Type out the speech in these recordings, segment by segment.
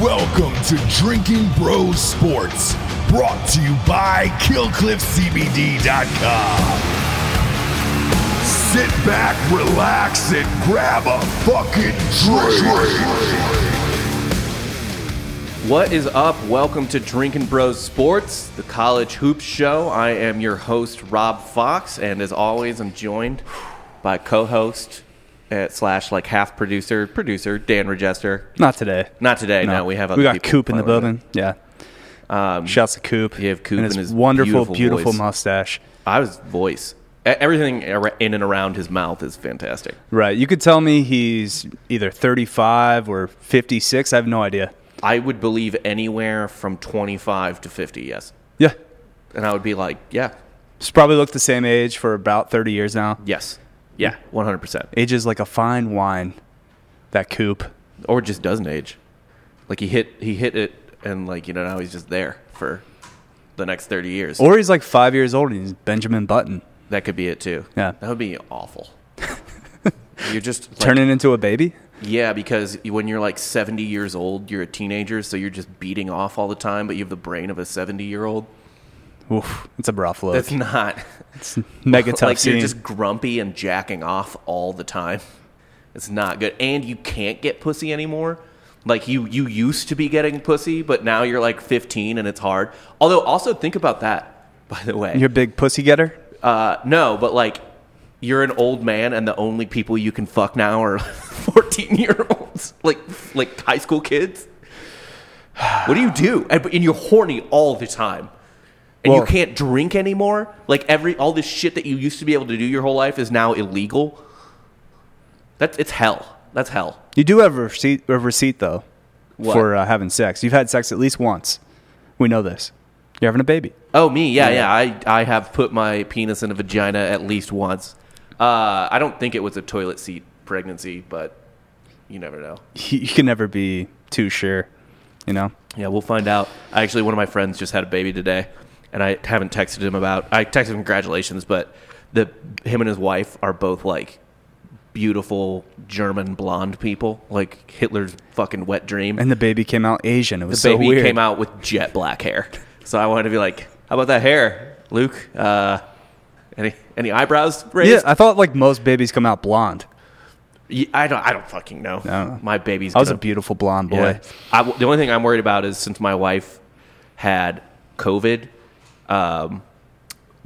Welcome to Drinking Bros Sports, brought to you by KillcliffCBD.com. Sit back, relax, and grab a fucking drink. What is up? Welcome to Drinking Bros Sports, the college hoops show. I am your host Rob Fox, and as always, I'm joined by co-host uh, slash like half producer producer Dan Regester. Not today. Not today. No, we have other we got people Coop in the playing with building. Yeah. Shouts to Coop. you have Coop and his, and his wonderful, beautiful beautiful, voice. mustache. I was voice. E- Everything ar- in and around his mouth is fantastic. Right. You could tell me he's either 35 or 56. I have no idea. I would believe anywhere from 25 to 50. Yes, Yeah. and I would be like, yeah, He's probably looked the same age for about 30 years now. yes, yeah, 100, percent Age is like a fine wine. That Coop. or just doesn't age. Like he hit he hit it, and like you know now he's just there for the next thirty years. Or he's like five years old and he's Benjamin Button. that could be it too. Yeah. that would be awful. you're just like, Turning into a baby? Yeah, because when you're like seventy years old, you're a teenager, so you're just beating off all the time, but you have the brain of a seventy year old. Oof. It's a rough look. That's not Mega tough like scene. you're just grumpy and jacking off all the time. It's not good, and you can't get pussy anymore. Like you, you used to be getting pussy, but now you're like 15 and it's hard. Although, also think about that. By the way, You're a big pussy getter? uh, no, but like you're an old man, and the only people you can fuck now are 14 year olds, like like high school kids. What do you do? And, and you're horny all the time, and you Well- can't drink anymore. Like every all this shit that you used to be able to do your whole life is now illegal. That's it's hell. That's hell. You do have a receipt, a receipt though, What? for uh, having sex. You've had sex at least once. We know this. You're having a baby. Oh me, yeah, yeah. I I have put my penis in a vagina at least once. Uh, I don't think it was a toilet seat pregnancy, but you never know. You you can never be too sure, you know. Yeah, we'll find out. Actually, one of my friends just had a baby today, and I haven't texted him about. I texted him congratulations, but the him and his wife are both like beautiful German blonde people, like Hitler's fucking wet dream. And the baby came out Asian. It was the so baby weird. came out with jet black hair, so I wanted to be like, "How about that hair, Luke? Uh, any any eyebrows Yeah, raised? I thought like most babies come out blonde. Yeah, I, don't. I don't fucking know. No. My baby's. I was a gonna- beautiful blonde boy. Yeah. I w the only thing I'm worried about is since my wife had COVID um,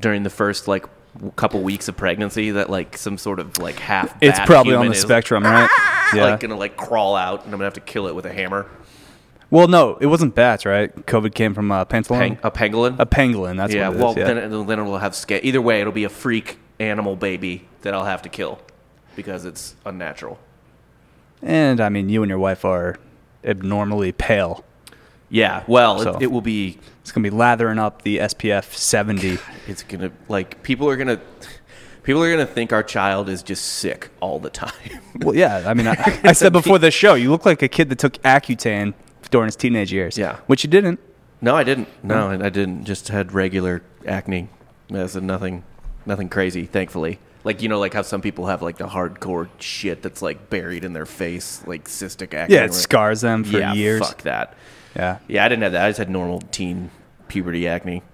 during the first like w- couple weeks of pregnancy, that like some sort of like half It's bat probably on human the is, spectrum, right? Yeah. Like gonna like crawl out, and I'm gonna have to kill it with a hammer. well, no, it wasn't bats, right? COVID came from uh, pangolin. Pang- a pangolin. a pangolin. That's yeah. What it is, well, yeah. then it, then it'll have sca- either way. It'll be a freak animal baby that I'll have to kill because it's unnatural. and I mean, you and your wife are abnormally pale. Yeah. Well, So- it, it will be It's gonna be lathering up the SPF 70. It's gonna like people are gonna people are gonna think our child is just sick all the time. Well, yeah. I mean, I, I said before the show, you look like a kid that took Accutane during his teenage years. Yeah. Which you didn't. no, I didn't. No, and I didn't. Just had regular acne. That's nothing, nothing crazy. Thankfully, like you know, like how some people have like the hardcore shit that's like buried in their face, like cystic acne. Yeah, it scars them for yeah, years. Fuck that. Yeah. Yeah, I didn't have that. I just had normal teen puberty acne.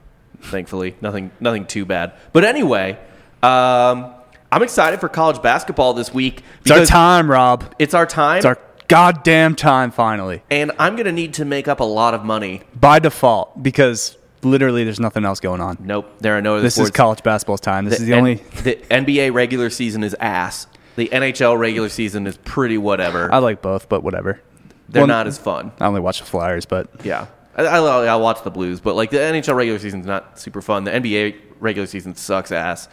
Thankfully, nothing nothing too bad. But anyway, um, I'm excited for college basketball this week. It's our because time, Rob. It's our time. It's our goddamn time finally and I'm going to need to make up a lot of money. by default because literally there's nothing else going on. Nope, there are no other This is sports. college basketball's time. This is the N- only. the NBA regular season is ass. The NHL regular season is pretty whatever. I like both, but whatever. They're well, not as fun. I only watch the Flyers, but Yeah, I, I, I watch the Blues, but like the NHL regular season's not super fun. The NBA regular season sucks ass.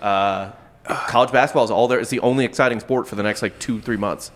Uh, college basketball is all there. It's the only exciting sport for the next like two three months.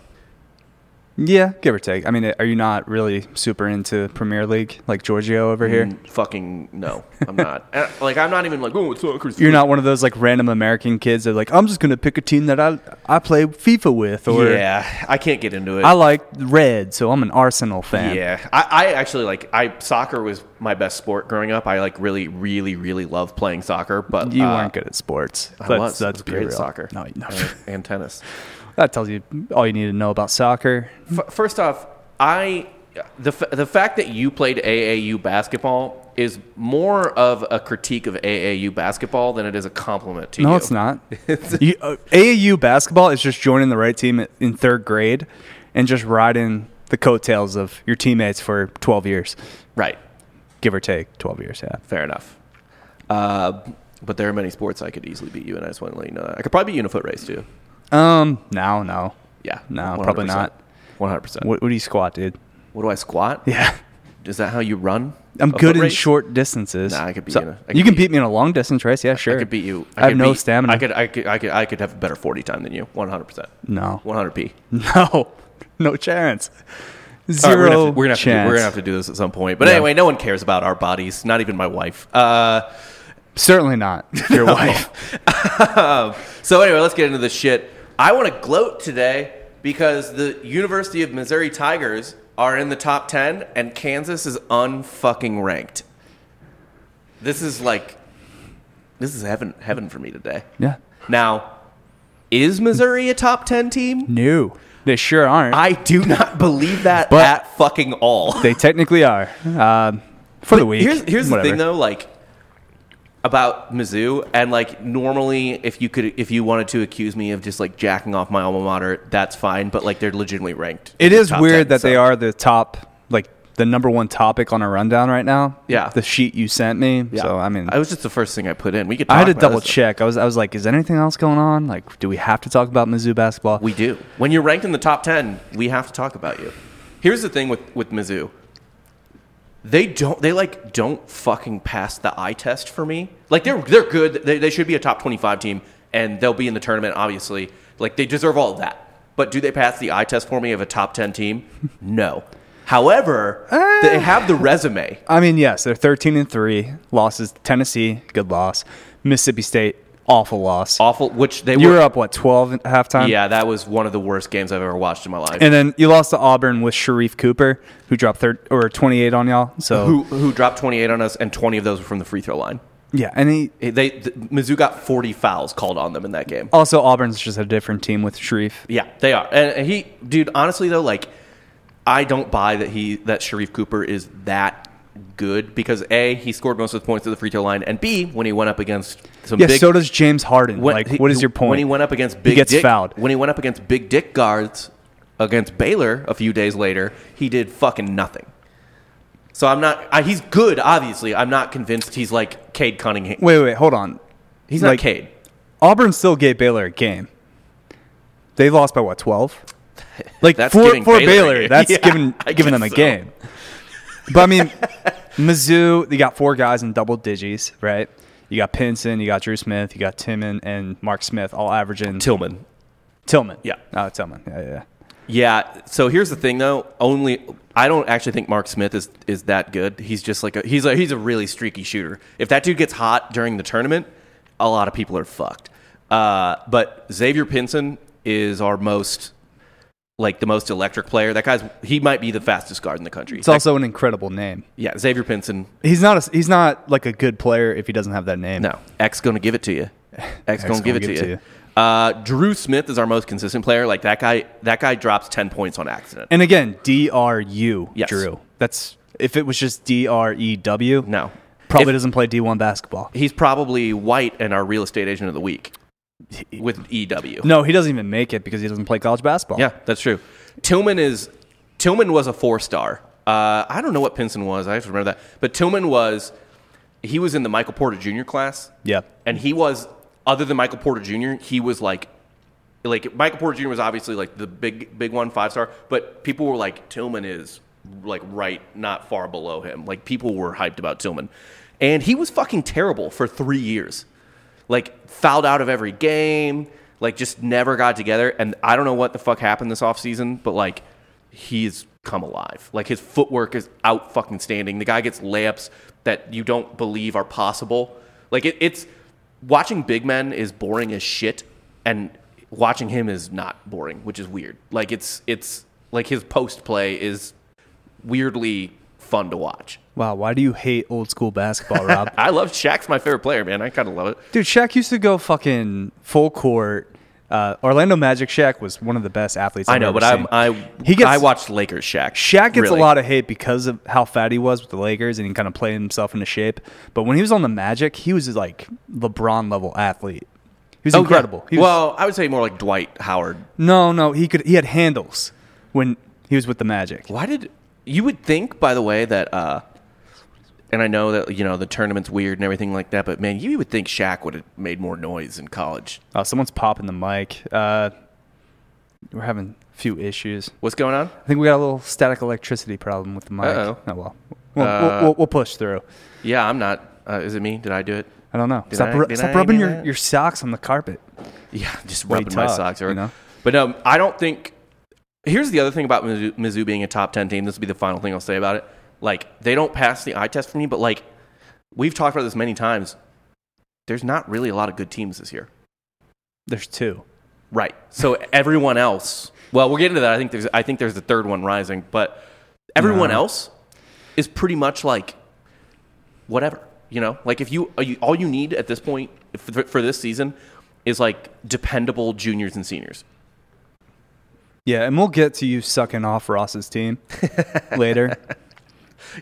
yeah, give or take. I mean, are you not really super into Premier League like Giorgio over here? Mm, Fucking no, I'm not. And, like I'm not even like oh it's not You're not one of those like random American kids that are like, I'm just gonna pick a team that I I play FIFA with or Yeah, I can't get into it. I like red, so I'm an Arsenal fan. Yeah, I, I actually like I soccer was my best sport growing up. I like really, really, really loved playing soccer, but You uh, weren't good at sports. I Let's- was. I let's was be great at real. soccer. No, no. and, and tennis. that tells you all you need to know about soccer. F- first off, I the f- the fact that you played AAU basketball is more of a critique of AAU basketball than it is a compliment to you. No, it's not. you, uh, AAU basketball is just joining the right team in third grade and just riding the coattails of your teammates for 12 years, Right. give or take 12 years. Yeah. Fair enough. Uh, but there are many sports I could easily beat you, and I just want to let you know that. I could probably beat you in a foot race too. Um, no, no. Yeah. No, probably not. One hundred percent. What, what do you squat, dude? What do I squat? Yeah. Is that how you run? I'm a good foot in race? short distances. Nah, I could beat you in a- I you could can beat beat me in a long distance race. Yeah, sure. I could beat you. I, have could no beat- stamina. I could, I could, I could, I could have a better forty time than you. One hundred percent. No. One hundred p. No. No chance. All right, 0 we're gonna have to, we're gonna have to do- chance. we're gonna have to do this at some point. But Yeah. anyway, no one cares about our bodies. Not even my wife. Uh, Certainly not your wife. Um, so anyway, let's get into this shit. I want to gloat today because the University of Missouri Tigers are in the top ten, and Kansas is unfucking ranked. This is like, this is heaven, heaven for me today. Yeah. Now, is Missouri a top ten team? No. They sure aren't. I do not believe that But- at fucking all. They technically are. Um, for the week. Here's here's the Whatever. thing though, like about Mizzou, and like normally, if you could, if you wanted to accuse me of just like jacking off my alma mater, that's fine. But like they're legitimately ranked. It in the is top 10, weird that they so- are the top, like the number one topic on a rundown right now. Yeah. The sheet you sent me. Yeah. So I mean, I was just the first thing I put in. We could. I had to talk about double this. check. I was I was like, is there anything else going on? Like, do we have to talk about Mizzou basketball? We do. When you're ranked in the top ten, we have to talk about you. Here's the thing with with Mizzou. They don't. They like don't fucking pass the eye test for me. Like they're they're good. They, they should be a top twenty five team, and they'll be in the tournament. Obviously, like they deserve all of that. But do they pass the eye test for me of a top ten team? No. However, Ah. they have the resume. I mean, yes, they're thirteen and three. Losses to Tennessee, good loss. Mississippi State, awful loss. Awful, which they you were. were up what twelve at halftime? Yeah, that was one of the worst games I've ever watched in my life. And then you lost to Auburn with Sharif Cooper, who dropped third or twenty eight on y'all. So who who dropped twenty eight on us, and twenty of those were from the free throw line. yeah, and he It- They th- Mizzou got 40 fouls called on them in that game. also Auburn's just a different team with Sharif. Yeah, they are. And and he, dude, honestly though, like I don't buy that he that Sharif Cooper is that good because a he scored most of the points at the free throw line, and b when he went up against some Yeah, big so does James Harden. when- like, he- what is your point? when he went up against big gets dick, fouled. when he went up against big dick guards against Baylor a few days later, he did fucking nothing. So I'm not. I, he's good, obviously. I'm not convinced he's like Cade Cunningham. Wait, wait, wait, hold on. He's not like- Cade. Auburn still gave Baylor a game. They lost by what twelve? Like That's for giving for Baylor a Baylor, game. that's Yeah, giving I giving them guess a so. game. But I mean, Mizzou, they got four guys in double digits, right? You got Pinson, you got Drew Smith, you got Timon and Mark Smith, all averaging Tillman. Tillman. Yeah. oh Tillman. Yeah, yeah. Yeah. So here's the thing, though. Only I don't actually think Mark Smith is is that good. He's just like a, he's a he's a really streaky shooter. If that dude gets hot during the tournament, a lot of people are fucked. Uh, but Xavier Pinson is our most like the most electric player. That guy's he might be the fastest guard in the country. It's also an incredible name. yeah, Xavier Pinson. He's not a, he's not like a good player if he doesn't have that name. No, X gonna give it to you. X gonna give it to you. Uh, Drew Smith is our most consistent player. Like that guy, that guy drops ten points on accident. And again, D R U Yes. Drew. That's if it was just D R E W. No, Probably If- doesn't play D1 basketball. he's probably white and our real estate agent of the week with EW. No, he doesn't even make it because he doesn't play college basketball. Yeah, that's true. Tillman is Tillman was a four star. Uh, I don't know what Pinson was. I have to remember that. But Tillman was he was in the Michael Porter Jr. class. Yeah. and he was other than Michael Porter Jr. He was like. Like Michael Porter Jr. was obviously like the big, big one, five star, but people were like Tillman is like right, not far below him. Like people were hyped about Tillman, and he was fucking terrible for three years like fouled out of every game, like just never got together. And I don't know what the fuck happened this offseason, but like he's come alive. Like his footwork is out fucking standing. The guy gets layups that you don't believe are possible. Like it, it's watching big men is boring as shit, and watching him is not boring, which is weird. Like it's it's like his post play is weirdly fun to watch. Wow, why do you hate old school basketball, Rob? I love Shaq's my favorite player, man. I kind of love it. Dude, Shaq used to go fucking full court, Uh, Orlando Magic Shaq was one of the best athletes. I've I know, ever but I'm, seen. I He gets- I watched Lakers Shaq. Shaq gets really. a lot of hate because of how fat he was with the Lakers, and he kind of played himself into shape. But when he was on the Magic, he was like LeBron level athlete. He was Oh, yeah. incredible. He was, well, I would say more like Dwight Howard. no, no, he could. He had handles when he was with the Magic. Why did you would think, by the way, that uh, and I know that you know the tournament's weird and everything like that, but man, you would think Shaq would have made more noise in college. Oh, someone's popping the mic. Uh, we're having a few issues. What's going on? I think we got a little static electricity problem with the mic. Uh-oh. Oh well, we'll, Uh, we'll, we'll, we'll push through. Yeah, I'm not. Uh, is it me? Did I do it? I don't know. Did Stop, I- ru- did stop I rubbing do your, that? your socks on the carpet. Yeah, just Way rubbing my tough, socks. Or, you know? But no, I don't think. Here's the other thing about Mizzou, Mizzou being a top ten team. This will be the final thing I'll say about it. Like they don't pass the eye test for me, but like we've talked about this many times. There's not really a lot of good teams this year, There's two. right? So everyone else. Well, we'll get into that. I think there's. I think there's the third one rising, but everyone No. else is pretty much like whatever. You know, like if you, you all you need at this point for, for this season is like dependable juniors and seniors. Yeah, and we'll get to you sucking off Ross's team later.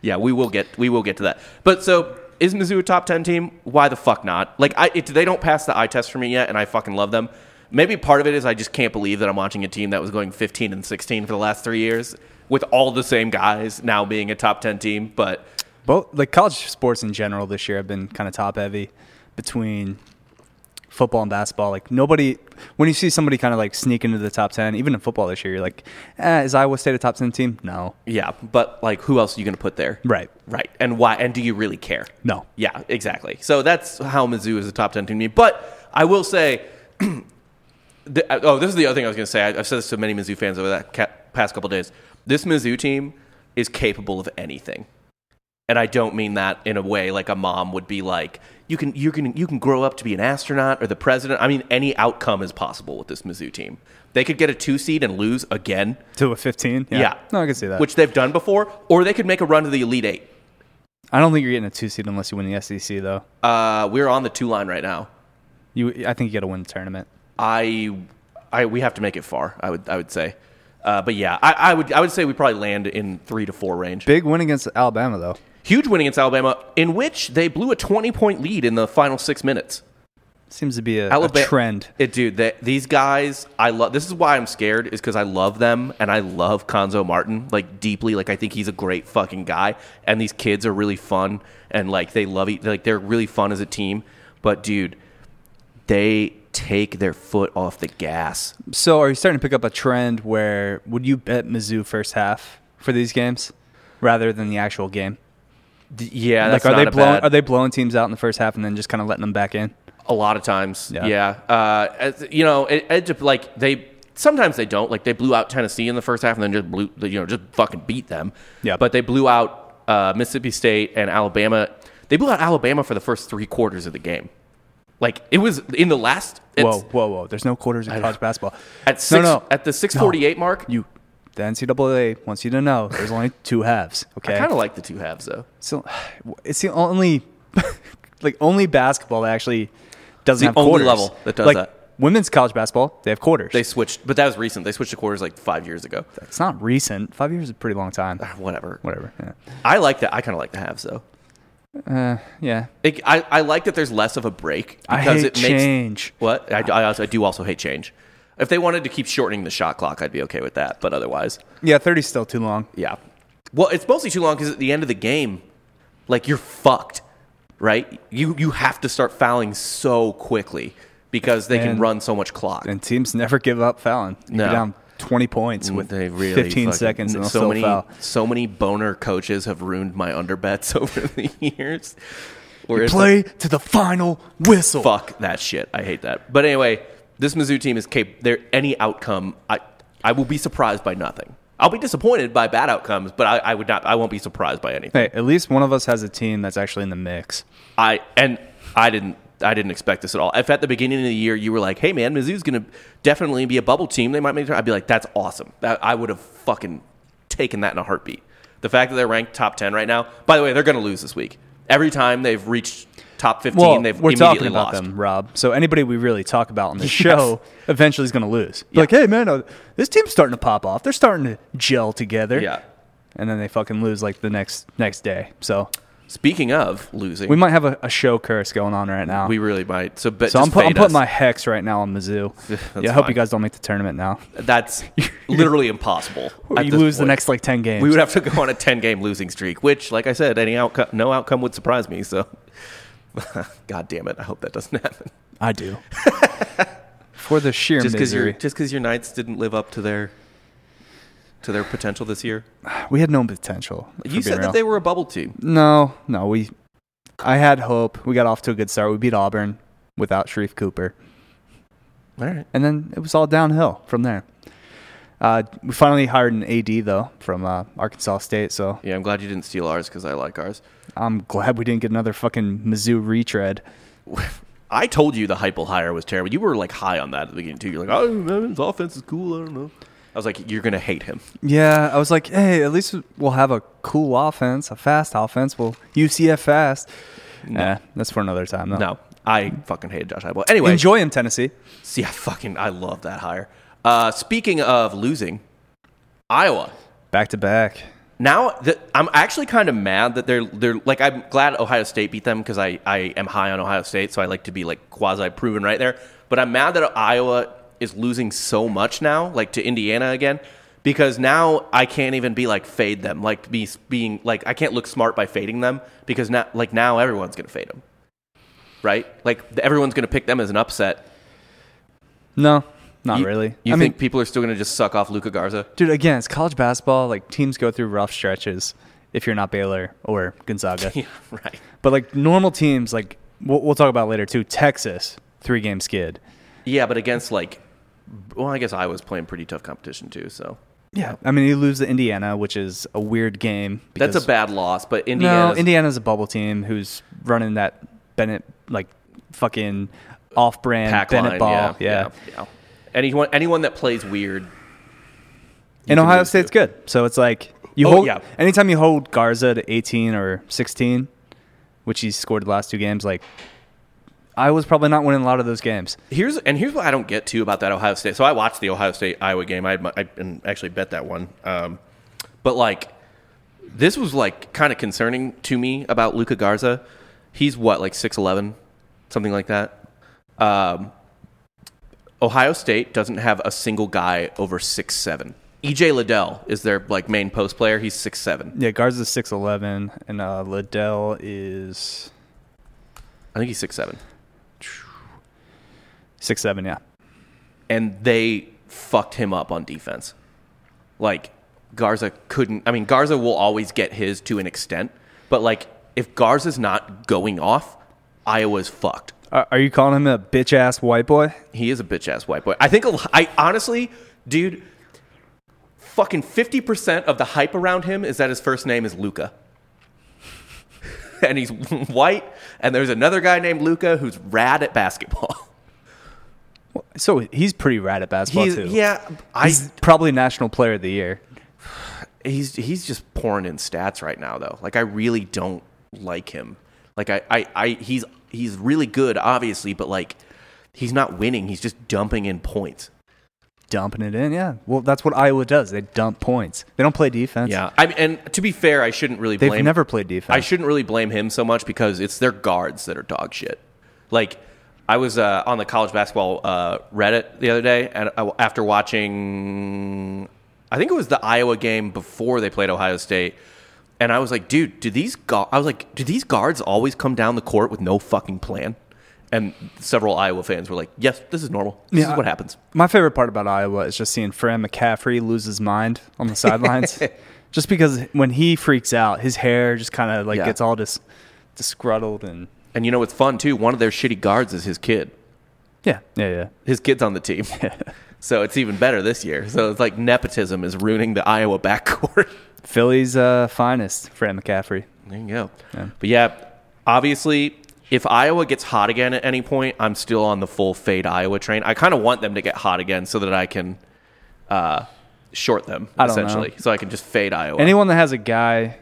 Yeah, we will get we will get to that. But so is Mizzou a top ten team? Why the fuck not? Like I, it, they don't pass the eye test for me yet, and I fucking love them. Maybe part of it is I just can't believe that I'm watching a team that was going 15 and 16 for the last three years with all the same guys now being a top 10 team. But Both like college sports in general this year have been kind of top heavy between football and basketball. Like nobody, when you see somebody kind of like sneak into the top ten, even in football this year, you're like, eh, is Iowa State a top ten team? No, yeah, but like who else are you going to put there? Right. right, and why? And do you really care? no. Yeah, exactly. So that's how Mizzou is a top 10 team to me. But I will say, the, oh, this is the other thing I was going to say. I, I've said this to many Mizzou fans over that ca- past couple days. This Mizzou team is capable of anything. And I don't mean that in a way like a mom would be like, you can, you can, you can grow up to be an astronaut or the president. I mean, any outcome is possible with this Mizzou team. They could get a two seed and lose again. To a fifteen? Yeah. No, I can see that. Which they've done before. Or they could make a run to the Elite Eight. I don't think you're getting a two seed unless you win the SEC though. Uh, we're on the two line right now. You, I think you got to win the tournament. I, I we have to make it far. I would I would say, uh, but yeah, I, I would I would say we probably land in three to four range. Big win against Alabama though. Huge win against Alabama, in which they blew a twenty point lead in the final six minutes. Seems to be a, a Alabama trend. It, dude, they, these guys, I love. This is why I'm scared, is because I love them and I love Conzo Martin like deeply. Like I think he's a great fucking guy, and these kids are really fun and like they love each. Like they're really fun as a team, but dude, they take their foot off the gas. So are you starting to pick up a trend where would you bet Mizzou first half for these games rather than the actual game? D- Yeah, that's like are not they a blowing bad- are they blowing teams out in the first half and then just kind of letting them back in? A lot of times, Yeah. yeah. Uh, as- you know, it, it just, like they sometimes they don't like they blew out Tennessee in the first half and then just blew you know just fucking beat them. Yeah. but they blew out uh, Mississippi State and Alabama. They blew out Alabama for the first three quarters of the game. Like it was in the last. it's- Whoa, whoa, whoa! There's no quarters in college basketball. At six, no, no. at the six forty eight mark, you, the NCAA wants you to know there's only two halves. Okay, I kind of like the two halves though. so it's the only, like only basketball that actually doesn't The have only quarters. level that does like, that. Women's college basketball, they have quarters. They switched, but that was recent. They switched to quarters like five years ago. it's not recent. Five years is a pretty long time. Whatever. Whatever. Yeah. I like that. I kind of like the halves though. yeah. It, I, I like that there's less of a break I because hate it makes change. what I, I, also, I do also hate change. If they wanted to keep shortening the shot clock, I'd be okay with that. But otherwise, Yeah, 30's still too long. yeah. Well, it's mostly too long because at the end of the game, like you're fucked, right? You you have to start fouling so quickly because they can And- run so much clock. And teams never give up fouling. You No. Mm, are down 20 points with they really 15 fucking- seconds and they'll so still many foul. so many boner coaches have ruined my underbets over the years. Where it's like- Play to the final whistle. fuck that shit. I hate that. But anyway, this Mizzou team is capable. There any outcome, I I will be surprised by nothing. I'll be disappointed by bad outcomes, but I, I would not. I won't be surprised by anything. Hey, at least one of us has a team that's actually in the mix. I and I didn't. I didn't expect this at all. If at the beginning of the year you were like, "Hey man, Mizzou's going to definitely be a bubble team. They might make," it," I'd be like, "That's awesome. That, I would have fucking taken that in a heartbeat." The fact that they're ranked top ten right now. By the way, they're going to lose this week. Every time they've reached top 15, Well, they've we're immediately talking about lost. them, Rob. So anybody we really talk about on the Yes. show eventually is going to lose. Be Like, hey man, uh, this team's starting to pop off. They're starting to gel together. Yeah. and then they fucking lose like the next next day. So Speaking of losing, we we, might have a, a show curse going on right now. really might. So, but so I'm, just put, I'm fade putting us. my hex right now on Mizzou. yeah, I hope fine. you guys don't make the tournament now. That's literally impossible. at you this lose the point. next like ten games. We would have to go on a 10 game losing streak, which, like I said, any outcome, no outcome would surprise me. So, God damn it. I hope that doesn't happen. I do. For the sheer Just because your misery, just because your Knights didn't live up to their to their potential this year. we had no potential. for You being said real. that they were a bubble team. No, no, we. I had hope. We got off to a good start. We beat Auburn without Sharif Cooper, All right. and then it was all downhill from there. Uh, we finally hired an AD though from uh, Arkansas State, so Yeah, I'm glad you didn't steal ours because I like ours. I'm glad we didn't get another fucking Mizzou retread. I told you the Hypel hire was terrible. You were like high on that at the beginning too. You're like, oh, man, his offense is cool. I don't know. I was like, you're gonna hate him. Yeah, I was like, hey, at least we'll have a cool offense, a fast offense. We'll UCF fast. Nah, that's for another time though. No, I fucking hated Josh Heupel. Anyway, Enjoy him, Tennessee. see, I fucking I love that hire. Uh, speaking of losing, Iowa. Back to back. Now that I'm actually kind of mad that they're they're like I'm glad Ohio State beat them because I I am high on Ohio State, so I like to be like quasi proven right there. But I'm mad that Iowa is losing so much now, like to Indiana again, because now I can't even be like fade them, like be being like I can't look smart by fading them because now like now everyone's gonna fade them, right? Like everyone's gonna pick them as an upset. No, not You- really. You I mean, think people are still gonna just suck off Luca Garza? dude again it's college basketball like teams go through rough stretches if you're not baylor or gonzaga Yeah, right. but like normal teams like we'll, we'll talk about later too texas three game skid Yeah, but against like, well, I guess I was playing pretty tough competition too. So yeah i mean you lose to indiana which is a weird game that's a because- bad loss. But Indiana, no indiana's a bubble team who's running that bennett like fucking off-brand pack bennett line, ball yeah, yeah, yeah, yeah. Anyone, anyone that plays weird, you and can ohio lose state's to. good so it's like you Oh, hold yeah. anytime you hold garza to 18 or 16 which he scored the last two games like i was probably not winning a lot of those games Here's and here's what I don't get too about that Ohio State. So I watched the Ohio State Iowa game. I, had my- I and actually bet that one. Um, but like, this was like kind of concerning to me about Luca Garza. He's what like six eleven, something like that. Um, Ohio State doesn't have a single guy over six seven. EJ Liddell is their like main post player. He's six seven. Yeah, Garza's six eleven, and uh, Liddell is I think he's six seven. six seven. Yeah, and they fucked him up on defense. Like Garza couldn't. I mean, Garza will always get his to an extent, but like if Garza's not going off, Iowa's fucked. are, are you calling him a bitch ass white boy? He is a bitch ass white boy. I think. a l- I honestly, dude, fucking fifty percent of the hype around him is that his first name is Luca. And he's white, and there's another guy named Luca who's rad at basketball. So he's pretty rad at basketball He's, too. yeah, I, he's probably national player of the year. he's he's just pouring in stats right now though. Like I really don't like him. Like I, I, I he's he's really good, obviously, but like he's not winning. He's just dumping in points. Dumping it in, yeah. Well, that's what Iowa does. They dump points. They don't play defense. Yeah. I mean, and to be fair, I shouldn't really they've blame never played I defense. shouldn't really blame him so much because it's their guards that are dog shit. Like I was uh, on the college basketball uh, Reddit the other day, and I, after watching, I think it was the Iowa game before they played Ohio State, and I was like, dude, do these gu- I was like, do these guards always come down the court with no fucking plan? And several Iowa fans were like, yes, this is normal. This Yeah, is what I- happens. My favorite part about Iowa is just seeing Fran McCaffrey lose his mind on the sidelines. just because when he freaks out, his hair just kind of like Yeah. gets all dis- disgruntled and And you know what's fun too? One of their shitty guards is his kid. yeah, yeah, yeah. his kid's on the team. so it's even better this year. So it's like nepotism is ruining the Iowa backcourt. Philly's uh, finest, Fran McCaffrey. there you go. But yeah, obviously, if Iowa gets hot again at any point, I'm still on the full fade Iowa train. I kind of want them to get hot again so that I can uh, short them, I don't know. essentially. So I can just fade Iowa. Anyone that has a guy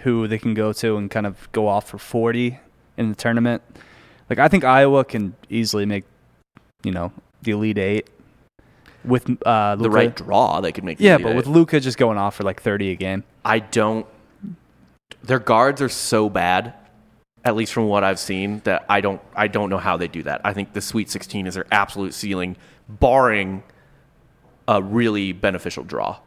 who they can go to and kind of go off for 40 in the tournament. Like I think Iowa can easily make, you know, the Elite Eight with uh, Luka. the right draw, they could make. the Yeah, Elite but Eight. with Luca just going off for like thirty a game, I don't. Their guards are so bad, at least from what I've seen, that I don't. I don't know how they do that. I think the Sweet 16 is their absolute ceiling, barring a really beneficial draw,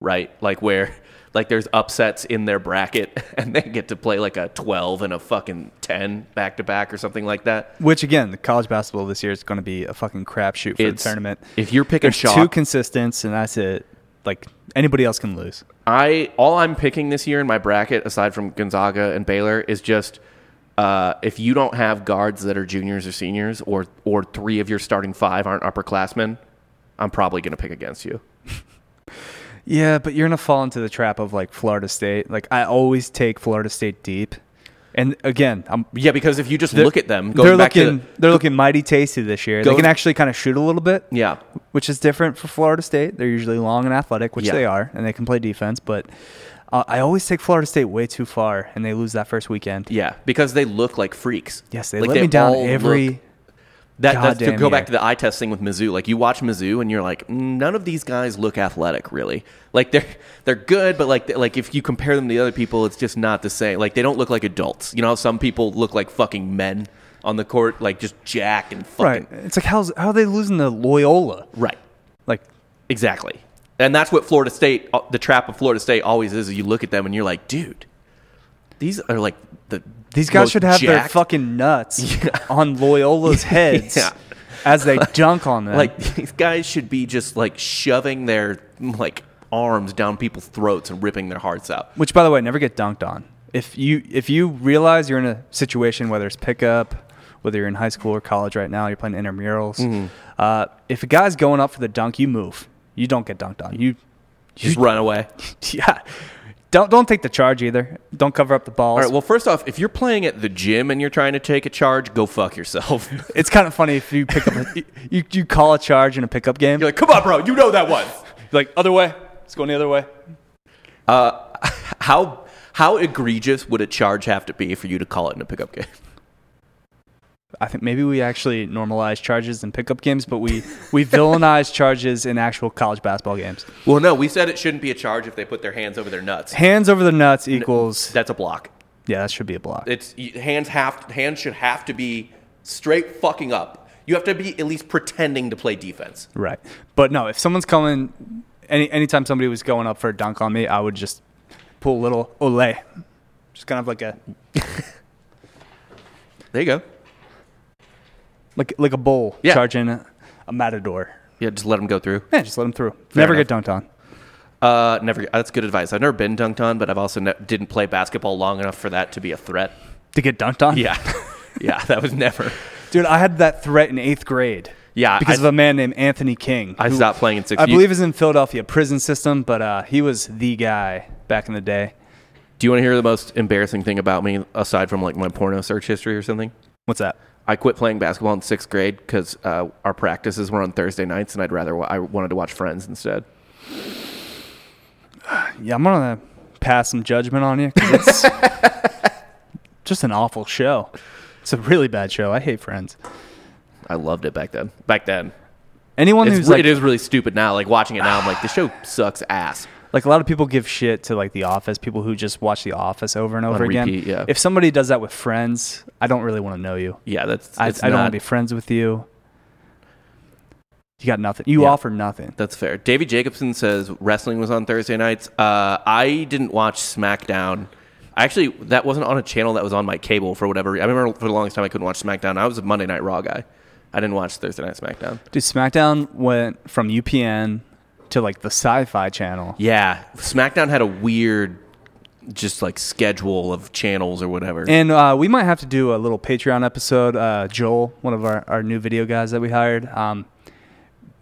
right? Like where, like there's upsets in their bracket, and they get to play like a 12 and a fucking 10 back to back or something like that. which again, the college basketball this year is going to be a fucking crapshoot for It's- the tournament. if you're picking There's shot- two consistents, and that's it. Like anybody else can lose. I all I'm picking this year in my bracket, aside from Gonzaga and Baylor, is just uh, if you don't have guards that are juniors or seniors, or or three of your starting five aren't upperclassmen, I'm probably going to pick against you. Yeah, but you're gonna fall into the trap of like Florida State. Like I always take Florida State deep, and again, I'm Yeah, because if you just look at them, they're going back looking to they're looking mighty tasty this year. Go- they can actually kind of shoot a little bit, the, yeah, which is different for Florida State. They're usually long and athletic, which Yeah. they are, and they can play defense. But uh, I always take Florida State way too far, and they lose that first weekend. yeah, because they look like freaks. Yes, they Like, let me down all every. look- that, that's to goddamn go back year. to the eye test thing with Mizzou. Like you watch Mizzou and you're like, "Mm, none of these guys look athletic, really. Like they're they're good, but like like if you compare them to the other people, it's just not the same. Like they don't look like adults. You know, some people look like fucking men on the court, like just jacked and fucking Right, it's like how's how are they losing to Loyola? Right. Like Exactly. And that's what Florida State, uh, the trap of Florida State always is, is you look at them and you're like, dude, these are like the These guys most should have their jacked- fucking nuts Yeah. on Loyola's heads Yeah. as they dunk on them. Like these guys should be just like shoving their like arms down people's throats and ripping their hearts out. which, by the way, never get dunked on. If you if you realize you're in a situation whether it's pickup, whether you're in high school or college right now, you're playing intramurals. Uh, if a guy's going up for the dunk, you move. You don't get dunked on. You Just run away. yeah. Don't don't take the charge either. Don't cover up the balls. All right. Well, first off, if you're playing at the gym and you're trying to take a charge, go fuck yourself. you're it's kind of funny if you pick up a, you you call a charge in a pickup game. like, come on, bro. You know that one. like other way. It's going the other way. How how egregious would a charge have to be for you to call it in a pickup game? I think maybe we actually normalize charges in pickup games, but we we villainize charges in actual college basketball games. Well, no. We said it shouldn't be a charge if they put their hands over their nuts. Hands over the nuts equals That's a block. yeah, that should be a block. It's you- hands have hands should have to be straight fucking up. You have to be at least pretending to play defense. Right. But no, if someone's coming any anytime somebody was going up for a dunk on me, I would just pull a little ole. Just kind of like a There you go. like like a bull Yeah. charging a, a matador. Yeah, just let them go through. Yeah, just let them through. Never enough. get dunked on. Uh, never. That's good advice. I've never been dunked on, but I've also ne- didn't play basketball long enough for that to be a threat. To get dunked on? Yeah, yeah, that was never. Dude, I had that threat in eighth grade. Yeah, because I- of a man named Anthony King. I who- stopped playing in sixth. I You- believe is in Philadelphia prison system, but uh, he was the guy back in the day. Do you want to hear the most embarrassing thing about me aside from like my porno search history or something? What's that? I quit playing basketball in sixth grade because uh, our practices were on Thursday nights, and I'd rather wa- I wanted to watch Friends instead. Yeah, I'm gonna pass some judgment on you. 'cause It's just an awful show. It's a really bad show. I hate Friends. I loved it back then. Back then, Anyone it's, who's re- like, it is really stupid now. Like watching it now, I'm like, the show sucks ass. like a lot of people give shit to like The Office. People who just watch The Office over and over again. repeat, yeah. If somebody does that with Friends, I don't really want to know you. Yeah, that's I, it's I don't want not- to be friends with you. You got nothing. You Yeah. offer nothing. That's fair. Davey Jacobson says wrestling was on Thursday nights. Uh, I didn't watch SmackDown. Actually, that wasn't on a channel that was on my cable for whatever. re- I remember for the longest time I couldn't watch SmackDown. I was a Monday Night Raw guy. I didn't watch Thursday Night SmackDown. Dude, SmackDown went from UPN to like the Sci-Fi Channel. Yeah, SmackDown had a weird, just like schedule of channels or whatever. And uh, we might have to do a little Patreon episode. Uh, Joel, one of our, our new video guys that we hired, um,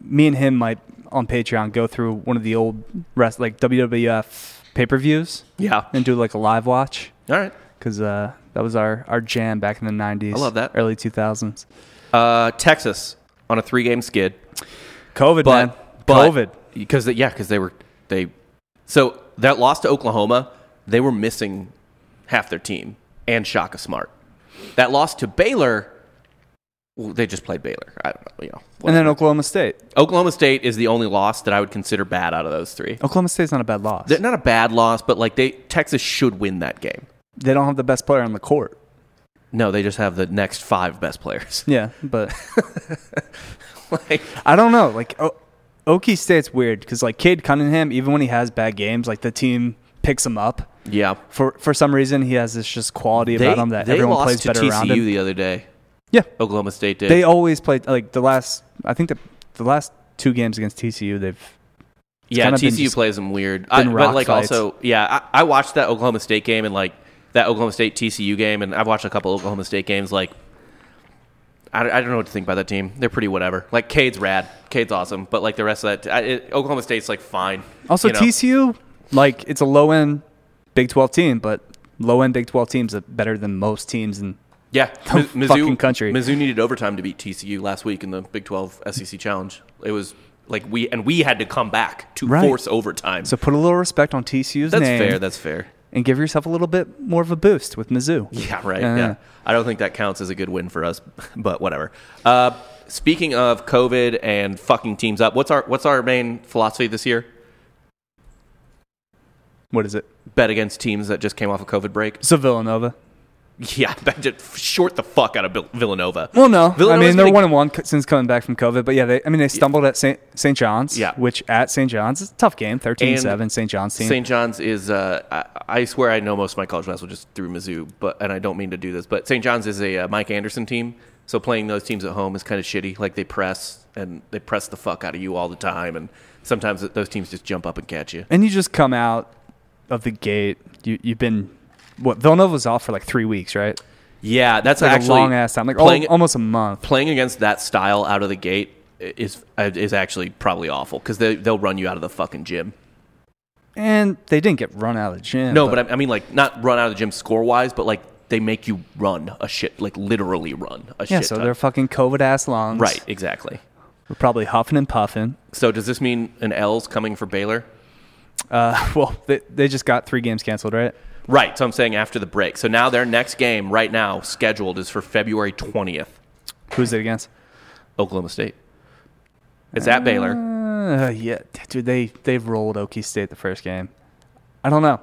me and him might on Patreon go through one of the old rest like WWF pay per views yeah. All and do like a live watch right. because uh, that was our, our jam back in the '90s. I love that. early 2000s. Uh, Texas on a three-game skid. COVID, man. but, but COVID. because yeah, because they were they so that loss to Oklahoma, they were missing half their team and Shaka Smart. That loss to Baylor, well, they just played Baylor. I don't know. You know and then whatever. Oklahoma State. Oklahoma State is the only loss that I would consider bad out of those three. Oklahoma State's not a bad loss. They're not a bad loss, but like they Texas should win that game. They don't have the best player on the court. No, they just have the next five best players. Yeah, but like, I don't know. Like o- Okie State's weird because like Cade Cunningham, even when he has bad games, like the team picks him up. yeah, For for some reason, he has this just quality they, about him that they everyone lost plays to better TCU around him. the other day. Yeah, Oklahoma State did. they always play like the last. I think the the last two games against TCU, they've yeah, kinda been TCU just- plays them weird. I, been but rock like fights. also, yeah, I, I watched that Oklahoma State game and like that Oklahoma State TCU game, and I've watched a couple Oklahoma State games. Like, I, don't- I don't know what to think about that team. They're pretty whatever. Like Cade's rad, Cade's awesome, but like the rest of that, I, it, Oklahoma State's like fine. Also, you know? TCU, like it's a low end Big Twelve team, but low end Big Twelve teams are better than most teams. And Yeah, Miz- Mizzou, fucking country. Mizzou needed overtime to beat TCU last week in the Big Twelve SEC Challenge. It was like we and we had to come back to Right. force overtime. so put a little respect on TCU's that's name fair. That's fair. and give yourself a little bit more of a boost with Mizzou. Yeah, right. Uh, yeah, I don't think that counts as a good win for us, but whatever. Uh, speaking of COVID and fucking teams up, what's our what's our main philosophy this year? What is it? Bet against teams that just came off a COVID break. So Villanova. Yeah, that just short the fuck out of Bill- Villanova. Well, no, I Villanova's mean they're gonna- one and one c- since coming back from COVID. But yeah, they, I mean they stumbled at St. St. John's. Yeah. which at St. John's is a tough game, 13-7, And St. John's team. St. John's is. Uh, I, I swear I know most of my college basketball just through Mizzou, but and I don't mean to do this, but St. John's is a uh, Mike Anderson team. So playing those teams at home is kind of shitty. Like they press and they press the fuck out of you all the time, and sometimes th- those teams just jump up and catch you. and you just come out of the gate. You you've been what Villanova was off for like three weeks, right? Yeah, that's Like actually a long ass time, like al- playing almost a month. playing against that style out of the gate i- is is actually probably awful because they they'll run you out of the fucking gym. And they didn't get run out of the gym. No, but, I, I mean like not run out of the gym score wise, but like they make you run a shit, like literally run a yeah, shit. so ton. they're fucking COVID ass lungs. right, exactly. We're probably huffing and puffing. So does this mean an L's coming for Baylor? Uh, well, they, they just got three games canceled, right? Right. So I'm saying after the break. So now their next game right now scheduled is for February 20th, Who's it against? Oklahoma State. It's at Baylor. Uh, yeah, dude, they they've rolled Okie State the first game. I don't know.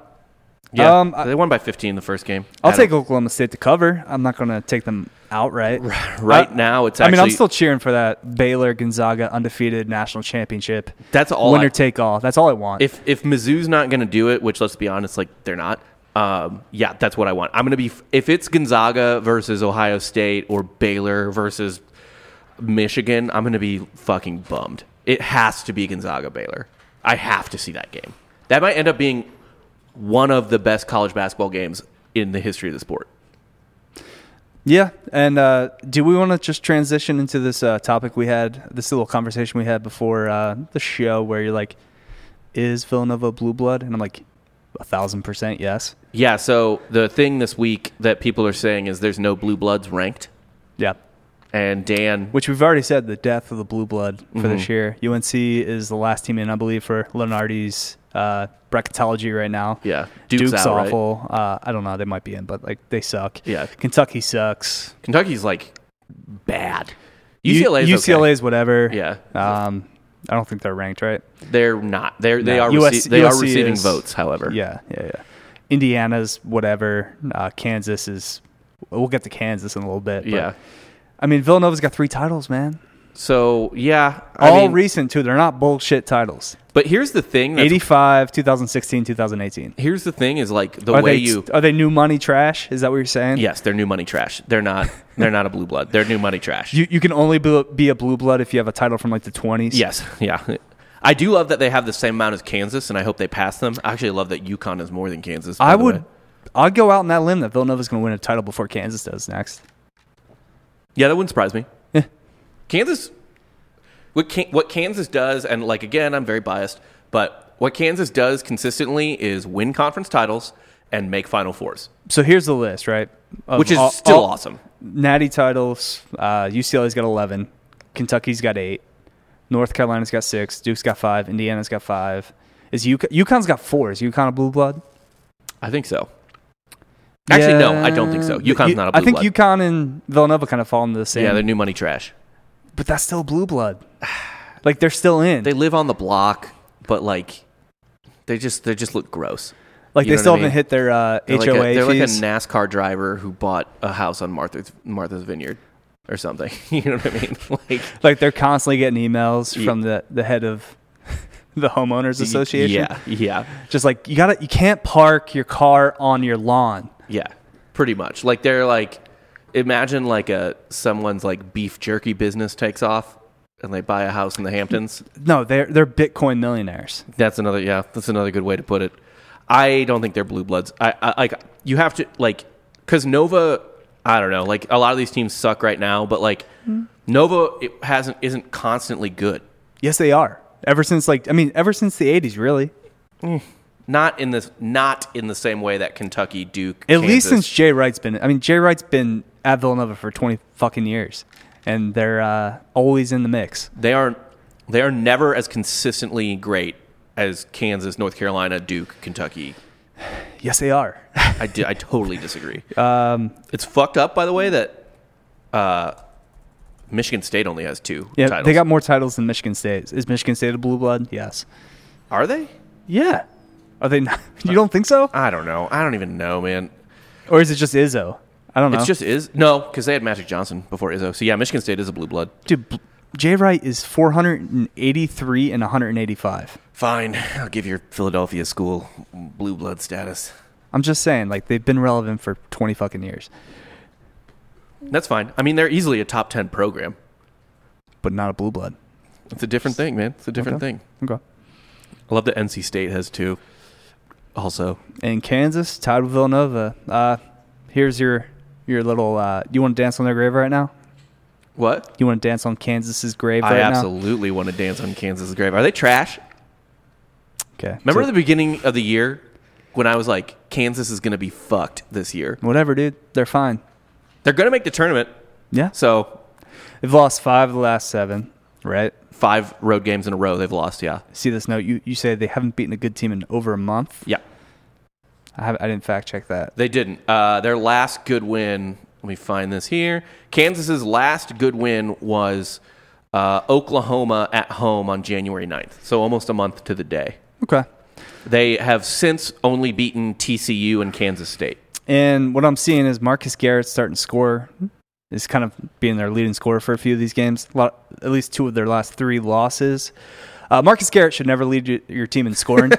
Yeah, um, I- they won by 15 the first game. I'll At take Oklahoma State to cover. I'm not going to take them outright. Right I- now, it's I mean, I'm actually- still cheering for that Baylor Gonzaga undefeated national championship. That's all Winner I- take all. That's all I want. if if Mizzou's not going to do it, which let's be honest, like they're not. Um, yeah, that's what I want. I'm going to be if it's Gonzaga versus Ohio State or Baylor versus Michigan, I'm going to be fucking bummed. It has to be Gonzaga Baylor. I have to see that game. That might end up being one of the best college basketball games in the history of the sport. Yeah, and uh, do we want to just transition into this uh, topic we had, this little conversation we had before uh, the show, where you're like, "Is Villanova blue blood?" And I'm like, "A thousand percent, yes." Yeah, so the thing this week that people are saying is there's no blue bloods ranked Yeah, and Dan which we've already said the death of the blue blood for Mm-hmm. this year. UNC is the last team in, I believe, for Lenardi's uh, bracketology right now. Yeah. Duke's out, right? awful. Uh, I don't know; they might be in, but like they suck. Yeah. Kentucky sucks. Kentucky's like bad. U- UCLA's okay. UCLA's whatever. Yeah. Um, I don't think they're ranked right. They're not. They're they No, are USC rece- they are is- receiving votes. However, Yeah, yeah, yeah. Indiana's whatever. Uh, Kansas is. We'll get to Kansas in a little bit. but- yeah. I mean, Villanova's got three titles, man. So yeah, I All mean, recent too. They're not bullshit titles. but here's the thing. That's, 85, 2016, 2018. here's the thing is like the Are way they you. are they new money trash? Is that what you're saying? Yes, they're new money trash. They're not. They're not a blue blood. They're new money trash. You you can only be, be a blue blood if you have a title from like the 20s. yes. Yeah. I do love that they have the same amount as Kansas, and I hope they pass them. I actually love that UConn is more than Kansas. by I the would. way. I'd go out on that limb that Villanova's going to win a title before Kansas does next. Yeah, that wouldn't surprise me. Yeah. Kansas, what Can, what Kansas does, and like again, I'm very biased, but what Kansas does consistently is win conference titles and make Final Fours, So here's the list, right? Of which is all- still all- awesome. Natty titles. Uh, UCLA's got 11. Kentucky's got eight. North Carolina's got six. Duke's got five. Indiana's got five. Is UK- UConn's got four? Is UConn a blue blood? I think so. Actually, no, I don't think so. Yeah, UConn's you- not a I blue think blood. UConn and Villanova kind of fall into the same. yeah, they're new money trash. but that's still blue blood. Like they're still in. They live on the block, but like they just they just look gross. like you they know still what I haven't mean? hit their uh, They're HOA like a, they're like a fees. NASCAR driver who bought a house on Martha's Martha's Vineyard or something. You know what I mean? Like like they're constantly getting emails Ye- from the the head of the homeowners association. Yeah, yeah, just like you gotta you can't park your car on your lawn. yeah. Pretty much. Like they're like imagine like a someone's like beef jerky business takes off and they buy a house in the Hamptons. No, they're they're Bitcoin millionaires. That's another yeah. That's another good way to put it. I don't think they're blue bloods. I, I like you have to like because Nova. I don't know. Like a lot of these teams suck right now, but like Nova it hasn't isn't constantly good. Yes, they are. Ever since like I mean, ever since the '80s, really. Not in this. Not in the same way that Kentucky, Duke, At least since Kansas- Jay Wright's been. I mean, Jay Wright's been at Villanova for 20 fucking years, and they're uh, always in the mix. they are they are never as consistently great as Kansas, North Carolina, Duke, Kentucky. Yes, they are. I di- I totally disagree. Um, it's fucked up, by the way, that uh, Michigan State only has two. Yeah, titles. they got more titles than Michigan State. Is Michigan State a blue blood? Yes. Are they? Yeah. Are they not? You don't think so? I don't know. I don't even know, man. Or is it just Izzo? I don't know. It's just is no because they had Magic Johnson before Izzo. So yeah, Michigan State is a blue blood. dude. bl- Jay Wright is 483 and 185. Fine, I'll give your Philadelphia school blue blood status. I'm just saying, like they've been relevant for 20 fucking years, That's fine. I mean, they're easily a top ten program. but not a blue blood. It's a different thing, man. It's a different Okay. thing. Okay. I love that NC State has two. Also, And Kansas tied with Villanova. Uh, here's your your little. Uh, you want to dance on their grave right now? what? You want to dance on Kansas's grave I right now? absolutely want to dance on Kansas's grave. Are they trash? Okay. Remember So- the beginning of the year when I was like, Kansas is going to be fucked this year. whatever, dude. They're fine. They're going to make the tournament. Yeah. So They've lost five of the last seven. Right. five road games in a row they've lost. Yeah, See this note. You you say they haven't beaten a good team in over a month. yeah. I have, I didn't fact check that. They didn't. Uh, their last good win. Let me find this here. Kansas's last good win was uh, Oklahoma at home on January 9th. So almost a month to the day. Okay. They have since only beaten TCU and Kansas State. And what I'm seeing is Marcus Garrett starting to score. Is kind of being their leading scorer for a few of these games. A lot, at least two of their last three losses. Uh, Marcus Garrett should never lead your, your team in scoring.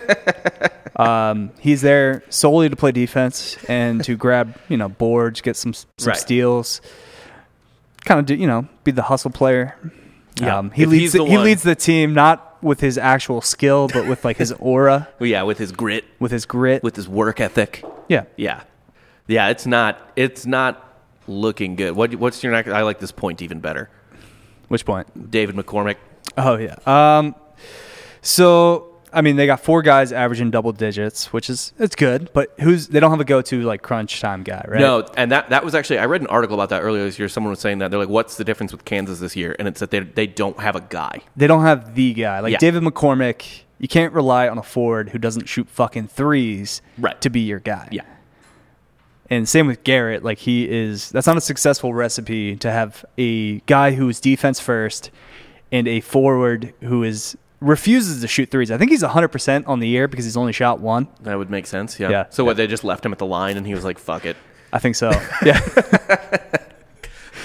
um, he's there solely to play defense and to grab you know boards, get some some Right. steals, kind of do you know be the hustle player. Yeah. Um, he If he's leads the, the he one- leads the team not with his actual skill, but with like his aura, Well, Oh, yeah, with his grit, with his grit. with his work ethic. yeah, Yeah, yeah. It's not. It's not looking good. What, what's your next? I like this point even better. which point? David McCormick. Oh yeah. Um, so I mean, they got four guys averaging double digits, which is it's good, but who's they don't have a go-to like crunch time guy, right? No, and that that was actually I read an article about that earlier this year. Someone was saying that they're like, "What's the difference with Kansas this year?" And it's that they they don't have a guy. they don't have the guy like Yeah. David McCormick. You can't rely on a forward who doesn't shoot fucking threes Right. to be your guy. And same with Garrett. Like he is. That's not a successful recipe to have a guy who is defense first and a forward who is refuses to shoot threes. I think he's 100% on the year because he's only shot one. that would make sense. Yeah. Yeah. So what? They just left him at the line, and he was like, "Fuck it." I think so. Yeah.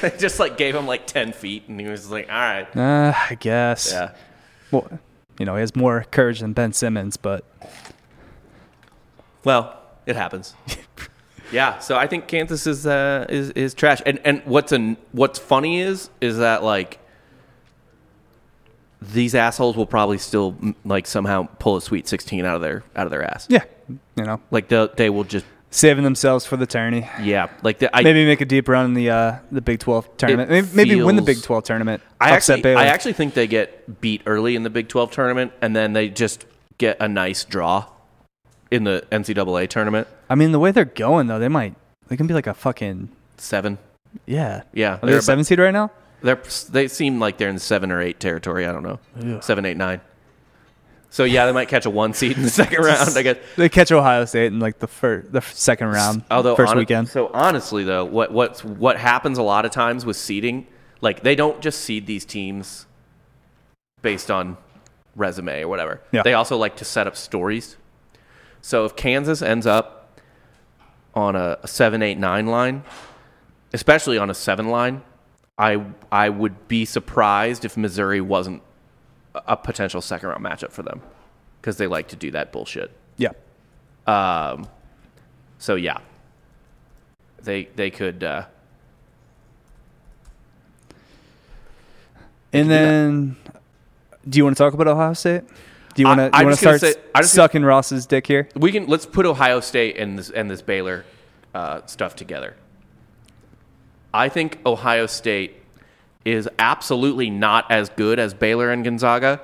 They just like gave him like ten feet, and he was like, "All right." Uh, I guess. Yeah. Well, you know, he has more courage than Ben Simmons, but Well, it happens. yeah. So I think Kansas is uh, is is trash. And and what's an what's funny is is that like these assholes will probably still mm, like somehow pull a sweet sixteen out of their out of their ass. yeah, you know, Like they they will just saving themselves for the tourney. yeah. Like the, I Maybe make a deep run in the uh, the Big Twelve tournament. Maybe, maybe win the feels- Big Twelve tournament. I Upset actually, Baylor. I actually think they get beat early in the Big 12 tournament, and then they just get a nice draw in the NCAA tournament. I mean, the way they're going though, they might they can be like a fucking Seven, yeah. yeah. Are they They're a seven seed right now? about- they're- they seem like they're in seven or eight territory. I don't know. Seven, eight, nine. So yeah, they might catch a one seed in the second round. I guess. They catch Ohio State in like the first, the f- second round, Although first hone- weekend. So honestly, though, what what's what happens a lot of times with seeding, like they don't just seed these teams based on resume or whatever. Yeah. They also like to set up stories. So if Kansas ends up on a seven, eight, nine line, especially on a seven line, I I would be surprised if Missouri wasn't a- a potential second round matchup for them because they like to do that bullshit. yeah, Um, so yeah, they they could. Uh, and then do you want to talk about Ohio State? Do you I- want to? I'm You want just to gonna start say- I'm just gonna- sucking Ross's dick here? we can let's put Ohio State and this and this Baylor uh, stuff together. I think Ohio State is absolutely not as good as Baylor and Gonzaga,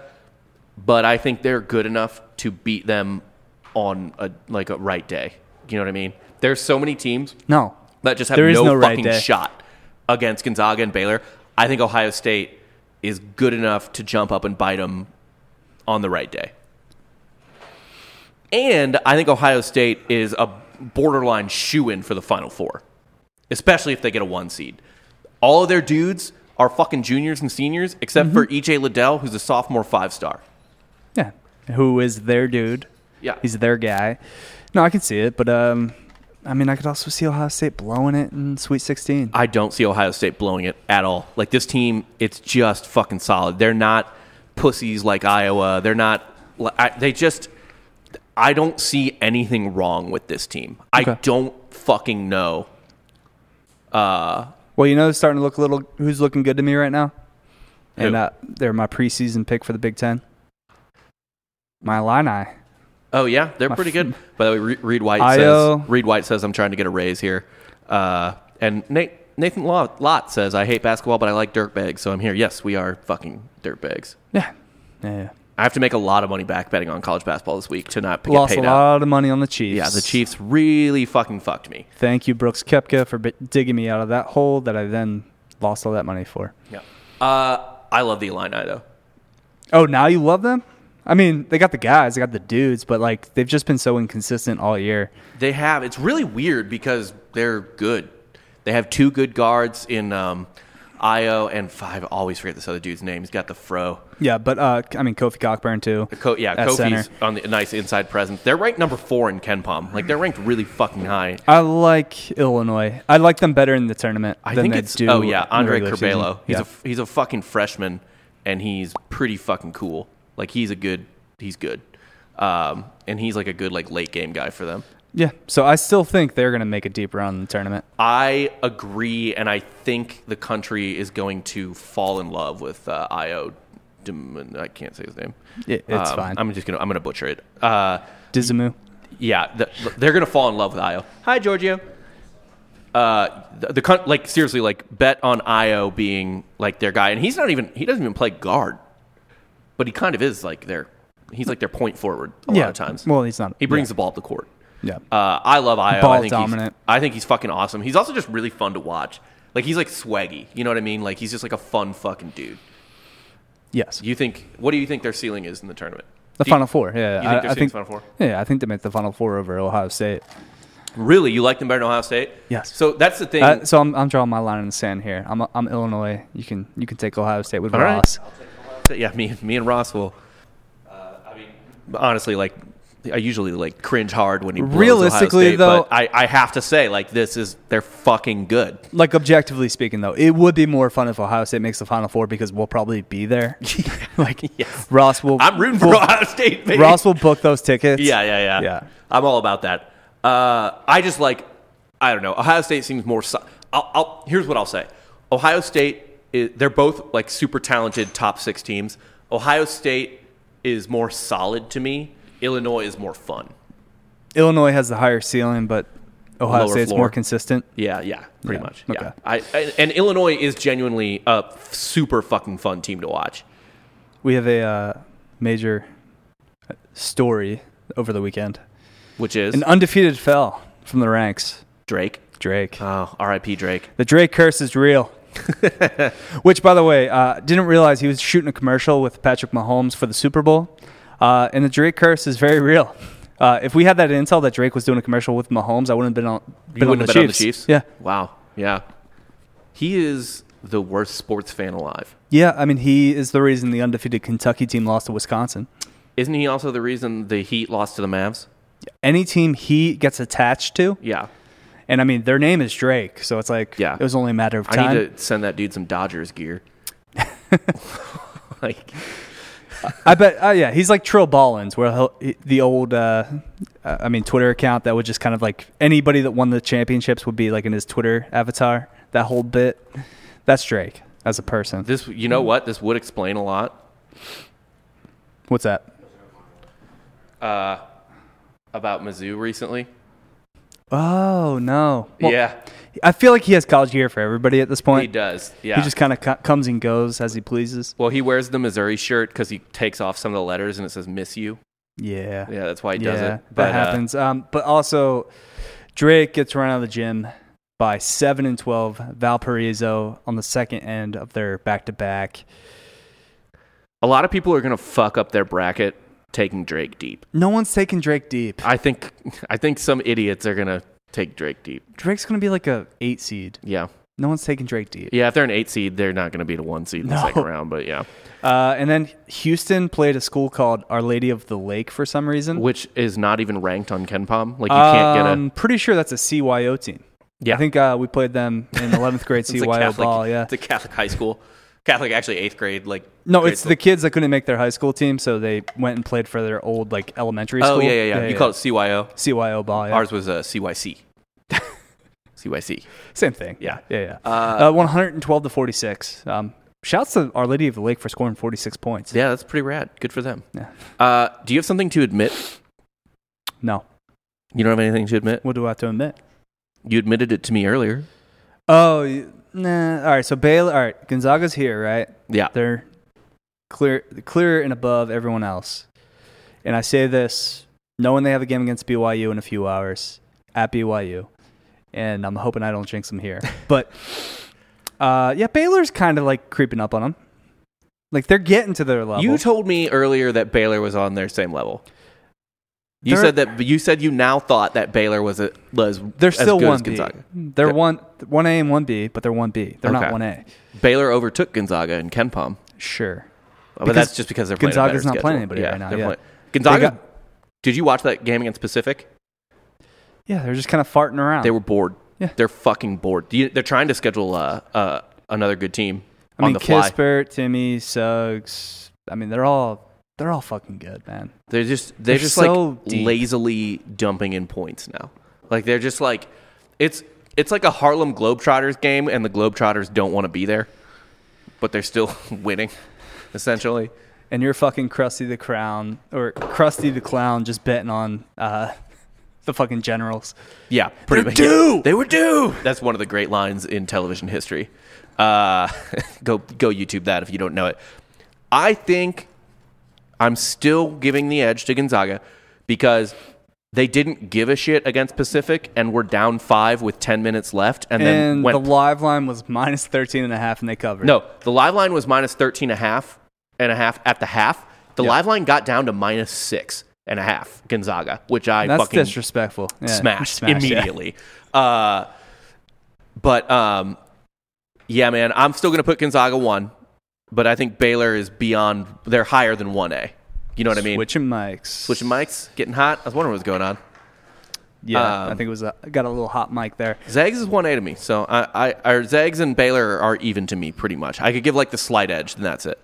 but I think they're good enough to beat them on a like a right day. You know what I mean? There's so many teams No, that just have There is no, no right fucking day. shot against Gonzaga and Baylor. I think Ohio State is good enough to jump up and bite them on the right day. And I think Ohio State is a borderline shoe in for the Final Four, especially if they get a one seed. All of their dudes are fucking juniors and seniors, except Mm-hmm. for EJ Liddell, who's a sophomore five star. yeah. Who is their dude? Yeah. he's their guy. No, I can see it, but um, I mean, I could also see Ohio State blowing it in Sweet Sixteen. I don't see Ohio State blowing it at all. Like this team, it's just fucking solid. They're not pussies like Iowa. They're not. li- I, they just. I don't see anything wrong with this team. I Okay. don't fucking know. Well, you know, it's starting to look a little. Who's looking good to me right now? And Who? uh, they're my preseason pick for the Big Ten. My Illini. Oh yeah, they're My pretty f- good. By the way, Re- Reed White Io- says. Reed White says I'm trying to get a raise here. Uh, and Nate, Nathan Law- Lott says I hate basketball, but I like dirtbags, so I'm here. Yes, we are fucking dirtbags. Yeah. Yeah. I have to make a lot of money back betting on college basketball this week to not get Lost paid a out. lot of money on the Chiefs. Yeah, the Chiefs really fucking fucked me. Thank you, Brooks Kepka, for bi- digging me out of that hole that I then lost all that money for. Yeah. Uh, I love the Illini though. Oh, now you love them? I mean, they got the guys, they got the dudes, but like they've just been so inconsistent all year. They have. It's really weird because they're good. They have two good guards in um, Io and five. I always forget this other dude's name. He's got the fro. Yeah, but uh, I mean, Kofi Cockburn too. Co- yeah, at Kofi's center. on the nice inside presence. They're ranked number four in Ken Palm. Like they're ranked really fucking high. I like Illinois. I like them better in the tournament I than think they it's do. oh yeah, in the Andre regular season. Curbelo. He's Yeah. a f a he's a fucking freshman, and he's pretty fucking cool. Like he's a good he's good, um, and he's like a good like late game guy for them. Yeah, so I still think they're going to make a deep round in the tournament. I agree, and I think the country is going to fall in love with uh, Io. Dim- I can't say his name. It- it's Um, fine. I'm just gonna I'm gonna butcher it. Uh, Dizamu. yeah, th they're gonna fall in love with Io. Hi, Giorgio. Uh, the, the coun- like seriously like bet on Io being like their guy, and he's not even he doesn't even play guard, but he kind of is like their he's like their point forward a yeah, lot of times. Well, he's not. he brings the ball up the court. Yeah. yeah. Uh, I love Io. Ball I think dominant. He's, I think he's fucking awesome. He's also just really fun to watch. Like he's like swaggy. You know what I mean? Like he's just like a fun fucking dude. yes. You think? What do you think their ceiling is in the tournament? the Do you- Final Four. Yeah. you think I, they're I seeing think. Final Four? Yeah, I think they make the Final Four over Ohio State. Really, you like them better than Ohio State? Yes. So that's the thing. Uh, so I'm, I'm drawing my line in the sand here. I'm, I'm Illinois. You can you can take Ohio State with All right. Ross. So, yeah, me, me and Ross will. Uh, I mean, honestly, like I usually like cringe hard when he blows Realistically, Ohio State, though- but I, I have to say, like this is they're fucking good. Like objectively speaking, though, it would be more fun if Ohio State makes the Final Four because we'll probably be there. like Yes. Ross will. I'm rooting for will- Ohio State. Baby. Ross will book those tickets. Yeah, yeah, yeah. Yeah. I'm all about that. Uh, I just like, I don't know. Ohio State seems more. so- I'll, I'll, here's what I'll say Ohio State, is, they're both like super talented top six teams. Ohio State is more solid to me, Illinois is more fun. Illinois has the higher ceiling, but Ohio Lower State's floor. more consistent. Yeah, yeah, pretty Yeah, much. okay. Yeah. I, I, and Illinois is genuinely a f- super fucking fun team to watch. We have a uh, major story over the weekend. Which is An undefeated fell from the ranks. Drake. Drake. Oh, R.I.P. Drake. The Drake curse is real. Which, by the way, uh, didn't realize he was shooting a commercial with Patrick Mahomes for the Super Bowl. Uh, and the Drake curse is very real. Uh, if we had that intel that Drake was doing a commercial with Mahomes, I wouldn't have been on. You Been on wouldn't the have bet Chiefs. on the Chiefs? Yeah, Wow. Yeah. He is the worst sports fan alive. yeah. I mean, he is the reason the undefeated Kentucky team lost to Wisconsin. Isn't he also the reason the Heat lost to the Mavs? Any team he gets attached to, Yeah. and I mean, their name is Drake, so it's like, Yeah. it was only a matter of time. I need to send that dude some Dodgers gear. like I bet. Uh, yeah, he's like Trill Ballins, where he'll, he- the old, uh, uh, I mean, Twitter account that would just kind of like anybody that won the championships would be like in his Twitter avatar. That whole bit. That's Drake as a person. this you know what? This would explain a lot What's that? uh, about Mizzou recently. Oh no. Well, yeah. I feel like he has college year for everybody at this point. He does. Yeah. He just kind of co- comes and goes as he pleases. well, he wears the Missouri shirt because he takes off some of the letters and it says "Miss You." Yeah. Yeah, that's why he does it. that uh, happens. um, but also, Drake gets run out of the gym by seven and twelve Valparaiso on the second end of their back to back. a lot of people are gonna fuck up their bracket taking Drake deep. No one's taking Drake deep. I think I think some idiots are gonna take Drake deep. Drake's gonna be like a eight seed. Yeah. No one's taking Drake deep. Yeah, if they're an eight seed, they're not going to beat a one seed in the No. second round. But yeah, Uh, and then Houston played a school called Our Lady of the Lake for some reason. which is not even ranked on Ken Palm. Like you can't get a I'm pretty sure that's a CYO team. yeah. Um, I think uh, we played them in 11th grade it's a CYO Catholic, ball. Yeah. it's a Catholic high school. Catholic actually eighth grade. Like No, grade it's school. the kids that couldn't make their high school team, so they went and played for their old like elementary oh school. yeah, yeah, yeah. you call it CYO. CYO ball. Yeah. Ours was uh, CYC. CYC. Same thing. Yeah. yeah, yeah. Uh, Uh, 112 to 46. Um, shouts to Our Lady of the Lake for scoring 46 points. Yeah, that's pretty rad. Good for them. Yeah. Uh, do you have something to admit? No, You don't have anything to admit. what do I have to admit? You admitted it to me earlier. Oh, y- nah. All right. So Baylor. All right. Gonzaga's here, right? Yeah. They're clear, clear and above everyone else. And I say this knowing they have a game against BYU in a few hours at BYU, and I'm hoping I don't jinx them here. But uh, yeah, Baylor's kind of like creeping up on them. Like they're getting to their level. You told me earlier that Baylor was on their same level. You They're- said that you said you now thought that Baylor was a was they're as still good as one B. Gonzaga. They're one one A and one B, but they're one B. They're Okay. not one A. Baylor overtook Gonzaga and Ken Palm, Sure. but Because that's just because they're playing a Gonzaga's better not playing schedule. anybody right now, they're yeah. playing- Gonzaga. They got- did you watch that game against Pacific? Yeah, they're just kind of farting around. They were bored. Yeah. they're fucking bored. You- They're trying to schedule uh, uh, another good team I mean, on the fly. Kispert, Timmy, Suggs. I mean, they're all they're all fucking good, man. They're just they're, They're just so like deep. lazily dumping in points now. Like they're just like it's it's like a Harlem Globetrotters game and the Globetrotters don't want to be there, but they're still winning essentially. And you're fucking Krusty the Crown or Krusty the Clown just betting on uh, the fucking generals. Yeah, pretty They're much. yeah. due! They were due. That's one of the great lines in television history. Uh, go go YouTube that if you don't know it. I think I'm still giving the edge to Gonzaga because they didn't give a shit against Pacific and were down five with ten minutes left, and, then And went the live line was minus 13 and a half and they covered. No, the live line was minus 13 and a half and a half at the half. The live line got down to minus six and a half Gonzaga, which I That's fucking disrespectful. Yeah, smashed, Uh, smashed, yeah. immediately. Uh, but um, yeah, man, I'm still going to put Gonzaga one, but I think Baylor is beyond, they're higher than 1A. You know what I mean? Switching mics. Switching mics, getting hot. I was wondering what was going on. Yeah, Um, I think it was a, got a little hot mic there. Zags is 1A to me. So I, I, or Zags and Baylor are even to me pretty much. I could give like the slight edge, and that's it.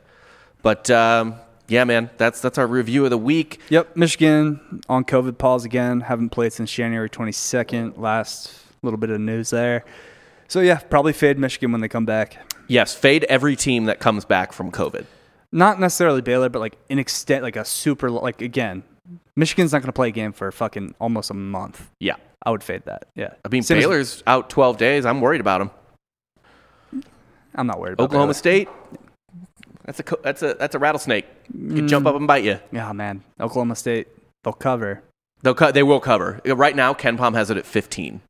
But um, yeah, man, that's that's our review of the week. Yep, Michigan on COVID pause again. Haven't played since January 22nd. Last little bit of news there. So yeah, probably fade Michigan when they come back. Yes, fade every team that comes back from COVID. Not necessarily Baylor, but like an extent, like a super, like again, Michigan's not going to play a game for fucking almost a month. Yeah, I would fade that. Yeah, I mean Same as- Baylor's out 12 days. I'm worried about them. I'm not worried about Oklahoma Baylor. State. That's a co- that's a that's a rattlesnake. Could Mm. jump up and bite you. Yeah, man, Oklahoma State, they'll cover. They'll co- they will cover. Right now, Ken Palm has it at 15.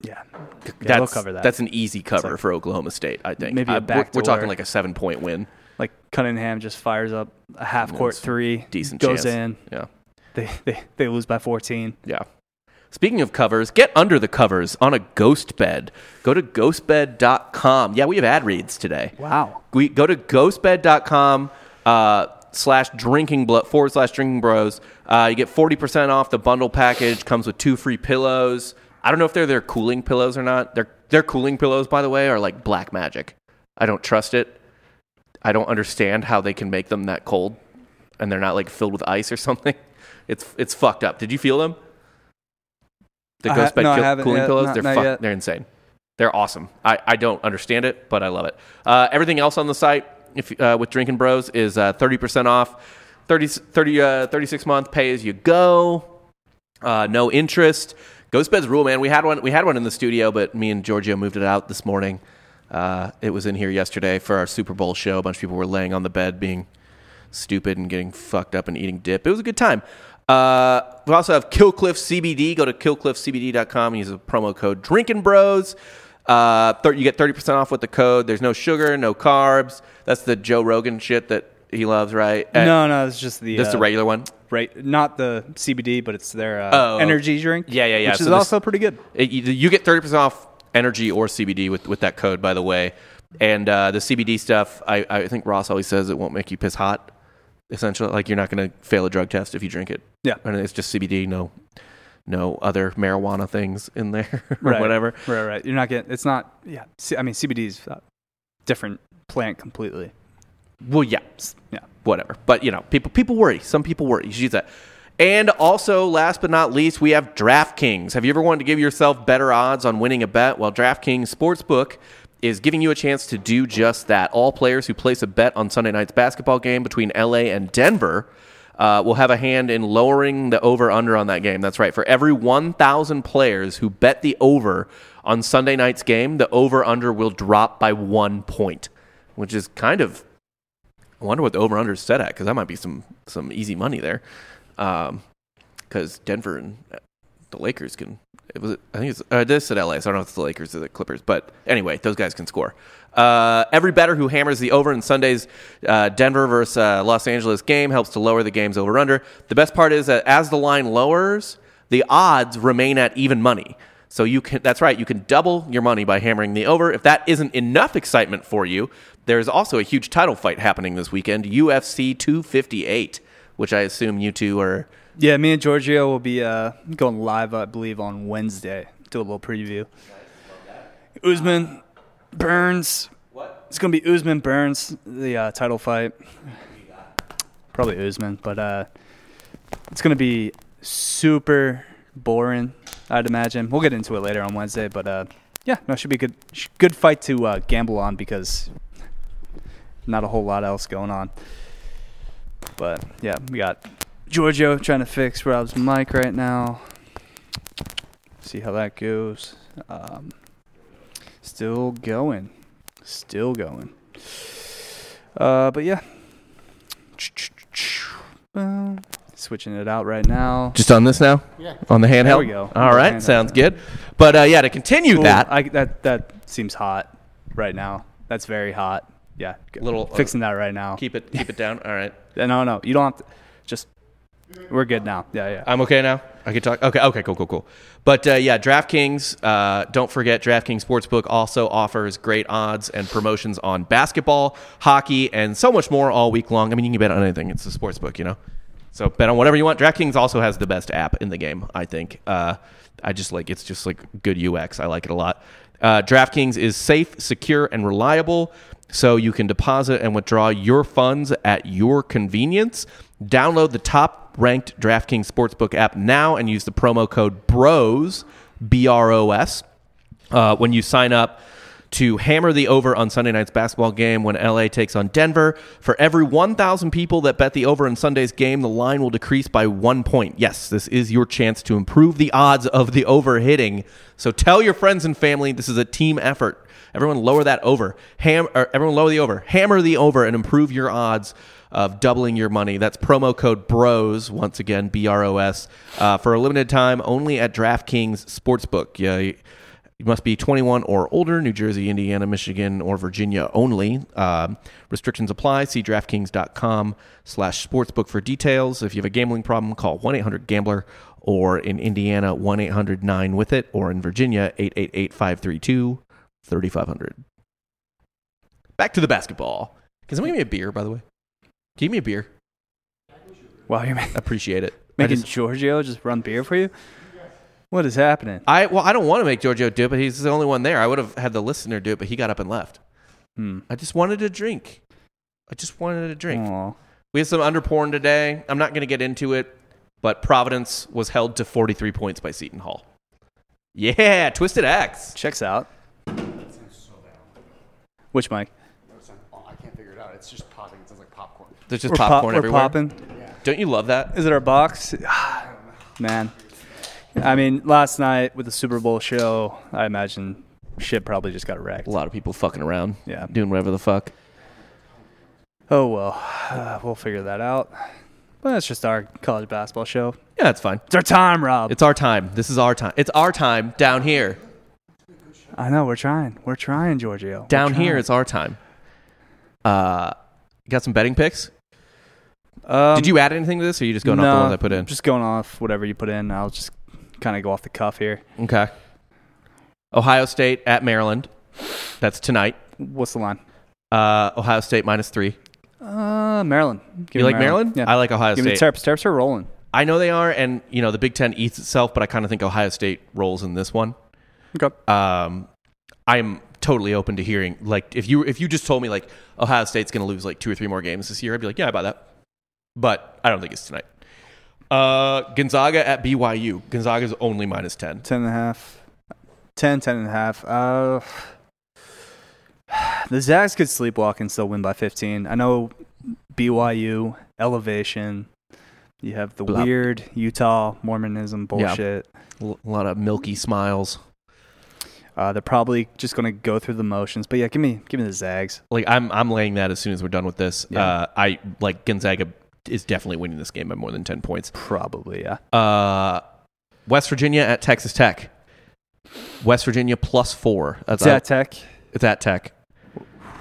Yeah, yeah that's, they'll cover that. That's an easy cover like for Oklahoma State, I think. maybe a Uh, we're- we're, backdoor. talking like a seven point win. Like Cunningham just fires up a half court That's three, decent goes chance. in. Yeah. They, they they lose by 14. Yeah. Speaking of covers, get under the covers on a ghost bed. Go to ghostbed.com. Yeah, we have ad reads today. Wow. We go to ghostbed.com uh, slash drinking blo- forward slash drinking bros. Uh, you get 40% off the bundle package, comes with two free pillows. I don't know if they're their cooling pillows or not. Their, their cooling pillows, by the way, are like black magic. I don't trust it. I don't understand how they can make them that cold and they're not like filled with ice or something. It's, it's fucked up. Did you feel them? The I ha- ghost bed no, I gil- haven't cooling yet. pillows? Not- they're not fuck- yet. They're insane. They're awesome. I, I don't understand it, but I love it. Uh, everything else on the site if, uh, with Drinking Bros is uh, 30% off, 30, 30, uh, 36 month pay as you go, uh, no interest. Ghost beds rule, man. We had one. We had one in the studio, but me and Giorgio moved it out this morning. Uh, it was in here yesterday for our Super Bowl show. A bunch of people were laying on the bed, being stupid and getting fucked up and eating dip. It was a good time. Uh, we also have Killcliff CBD. Go to killcliffcbd.com and use the promo code Drinking Bros. Uh, thir- you get 30% off with the code. There's no sugar, no carbs. That's the Joe Rogan shit that he loves, right? Eh, no, no, it's just the That's the uh, regular one. right, not the CBD, but it's their uh, Oh. energy drink. Yeah, yeah, yeah. Which So is this- also pretty good. It, you, you get 30% off energy or CBD with, with that code, by the way. And uh, the CBD stuff, I, I think Ross always says it won't make you piss hot, essentially. Like, you're not going to fail a drug test if you drink it. Yeah. And it's just CBD, no no other marijuana things in there or Right. whatever. Right, right. You're not getting. It's not. Yeah. C- I mean, CBD is a different plant completely. Well, yeah, s- Yeah. whatever. But, you know, people people worry. Some people worry. You should use that. And also, last but not least, we have DraftKings. Have you ever wanted to give yourself better odds on winning a bet? Well, DraftKings Sportsbook is giving you a chance to do just that. All players who place a bet on Sunday night's basketball game between LA and Denver uh, will have a hand in lowering the over under on that game. That's right. For every 1,000 players who bet the over on Sunday night's game, the over under will drop by one point, which is kind of I wonder what the over under is set at because that might be some some easy money there. Um 'cause because Denver and uh, the Lakers can. It was I think it's uh, this at LA. So I don't know if it's the Lakers or the Clippers, but anyway, those guys can score. Uh, every better who hammers the over in Sunday's uh, Denver versus uh, Los Angeles game helps to lower the game's over under. The best part is that as the line lowers, the odds remain at even money. So you can that's right, you can double your money by hammering the over. If that isn't enough excitement for you, there's also a huge title fight happening this weekend, UFC 258, which I assume you two are Yeah. Me and Giorgio will be uh, going live, I believe, on Wednesday. Do a little preview. Usman Burns. What? It's gonna be Usman Burns the uh, title fight. Probably Usman, but uh, it's gonna be super boring. I'd imagine. We'll get into it later on Wednesday, but uh, yeah, no, it should be a good, sh- good fight to uh, gamble on because not a whole lot else going on. But yeah, we got Giorgio trying to fix Rob's mic right now. See how that goes. Um, still going, still going. Uh, but yeah, Well, switching it out right now. just on this now? Yeah. On the handheld? There we go. All right, Handheld. sounds good. But uh, yeah, to continue Ooh, that, I, that that seems hot right now. That's very hot. Yeah, good. Little, uh, fixing that right now. keep it keep it down. All right. no, no, you don't have to. Just we're good now. Yeah, yeah. I'm okay now. I can talk. Okay, okay, cool, cool, cool. But uh, yeah, DraftKings. Uh, don't forget, DraftKings Sportsbook also offers great odds and promotions on basketball, hockey, and so much more all week long. I mean, you can bet on anything. It's a sportsbook, you know. So bet on whatever you want. DraftKings also has the best app in the game. I think. Uh, I just like it's just like good UX. I like it a lot. Uh, DraftKings is safe, secure, and reliable, so you can deposit and withdraw your funds at your convenience. Download the top ranked DraftKings Sportsbook app now and use the promo code BROS, B R O S, uh, when you sign up to hammer the over on Sunday night's basketball game when LA takes on Denver. For every 1,000 people that bet the over in Sunday's game, the line will decrease by one point. Yes, this is your chance to improve the odds of the over hitting. So tell your friends and family this is a team effort. Everyone lower that over. Ham, or everyone lower the over. Hammer the over and improve your odds of doubling your money. That's promo code BROS, once again, B R O S, uh, for a limited time only at DraftKings Sportsbook. Yeah, You must be 21 or older, New Jersey, Indiana, Michigan, or Virginia only. Um, restrictions apply. See DraftKings.com slash sportsbook for details. If you have a gambling problem, call 1-800-GAMBLER or in Indiana, 1-800-9-WITH-IT or in Virginia, 888-532-3500. Back to the basketball. Can someone give me a beer, by the way? Can you give me a beer? Wow, you're ma- I appreciate it. I making just- Giorgio just run beer for you? What is happening? I well, I don't want to make Giorgio do it, but he's the only one there. I would have had the listener do it, but he got up and left. Hmm. I just wanted a drink. I just wanted a drink. Aw. We had some under porn today. I'm not going to get into it, but Providence was held to 43 points by Seton Hall. Yeah, Twisted Axe. Checks out. Which mic? I can't figure it out. It's just popping. It sounds like popcorn. There's just We're, pop- popcorn we're everywhere. popping. Don't you love that? Is it our box? Man. I mean, last night with the Super Bowl show, I imagine shit probably just got wrecked. A lot of people fucking around. Yeah. Doing whatever the fuck. Oh, well. Uh, we'll figure that out. But it's just our college basketball show. Yeah, it's fine. It's our time, Rob. It's our time. This is our time. It's our time down here. I know. We're trying. We're trying, Giorgio. We're Down here, trying. it's our time. Uh, got some betting picks? Um, Did you add anything to this, or are you just going off the ones No, I put in? Just going off whatever you put in. I'll just kind of go off the cuff here. okay. Ohio State at Maryland. That's tonight. What's the line? Uh, Ohio State minus three. Uh, Maryland. Give You me like Maryland? Yeah. I like Ohio Give me State. the Terps. Terps are rolling. I know they are, and you know the Big Ten eats itself, but I kind of think Ohio State rolls in this one. Okay. Um, I'm totally open to hearing like if you if you just told me like Ohio State's going to lose like two or three more games this year, I'd be like, yeah, I buy that. But I don't think it's tonight. Uh, Gonzaga at BYU. Gonzaga's only minus ten. Ten and a half. Ten, ten and a half. Uh, the Zags could sleepwalk and still win by 15. I know BYU, elevation. You have the Blah. weird Utah Mormonism bullshit. A lot of milky smiles. Uh, they're probably just going to go through the motions. But yeah, give me give me the Zags. like I'm I'm laying that as soon as we're done with this. Yeah. Uh, I like Gonzaga is definitely winning this game by more than ten points. Probably, yeah. Uh, West Virginia at Texas Tech. West Virginia plus four. That's Is that Tech? it's at Tech.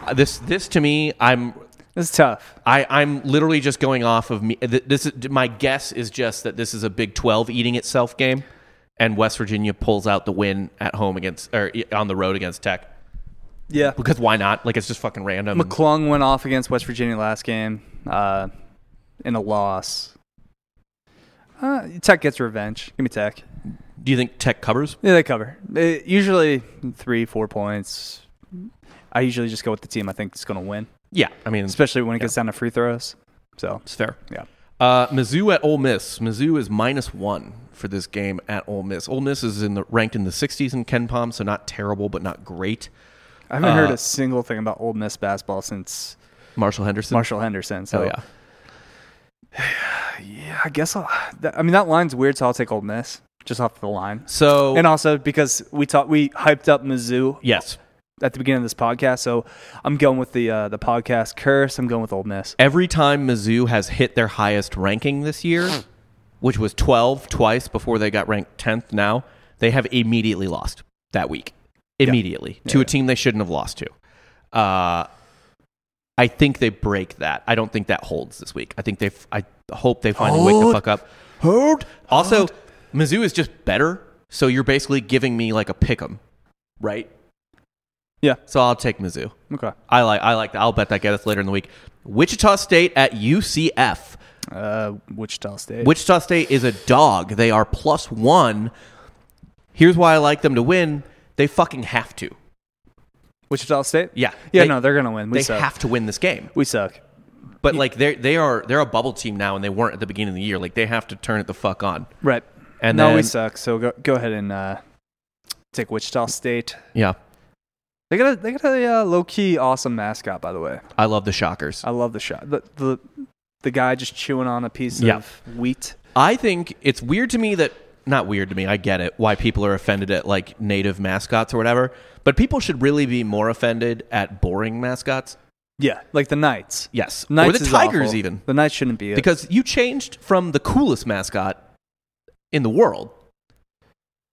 Uh, This this to me, I'm This is tough. I I'm literally just going off of me. th- This is, my guess is just that this is a Big Twelve eating itself game, and West Virginia pulls out the win at home against or eh, on the road against Tech Yeah. because why not? Like it's just fucking random. McClung went off against West Virginia last game uh, in a loss. Uh, Tech gets revenge. Give me Tech. Do you think Tech covers? Yeah, they cover. They- usually three, four points. I usually just go with the team I think is going to win, Yeah, I mean especially when it gets down to free throws. So, It's fair. yeah. Uh, Mizzou at Ole Miss. Mizzou is minus one for this game at Ole Miss. Ole Miss is in the ranked in the 60s in Ken Palm, so not terrible, but not great. I haven't Uh, heard a single thing about Old Miss basketball since Marshall Henderson. Marshall Henderson. So, Oh yeah. I guess I'll, that, I mean that line's weird, so I'll take Old Miss just off the line. So And uh, also because we taught we hyped up Mizzou yes, at the beginning of this podcast. So I'm going with the uh, the podcast curse. I'm going with Old Miss. every time Mizzou has hit their highest ranking this year, Hmm. which was 12 twice before they got ranked 10th. Now they have immediately lost that week, immediately to a team they shouldn't have lost to. Uh, I think they break that. I don't think that holds this week. I think they. f- I hope they finally wake the Hold. fuck up. Hold. Also, Mizzou is just better, so you're basically giving me like a pick 'em, right? Yeah. So I'll take Mizzou. Okay. I like. I like. That. I'll bet that gets later in the week. Wichita State at UCF. Uh, Wichita State. Wichita State is a dog. They are plus one. Here's why I like them to win. They fucking have to. Wichita State. Yeah. Yeah. They- no, they're gonna win. We they suck. have to win this game. we suck. But like they they are they're a bubble team now, and they weren't at the beginning of the year. Like they have to turn it the fuck on. Right. And no, we then- suck. So go go ahead and uh, take Wichita State. Yeah, They got a they got a uh, low key awesome mascot by the way. I love the Shockers. I love the shot. The the the guy just chewing on a piece Yeah. of wheat. I think it's weird to me that not weird to me. I get it why people are offended at like native mascots or whatever, but people should really be more offended at boring mascots. Yeah, like the Knights. Yes, Knights or the is Tigers awful. even, The Knights shouldn't be it. because you changed from the coolest mascot in the world,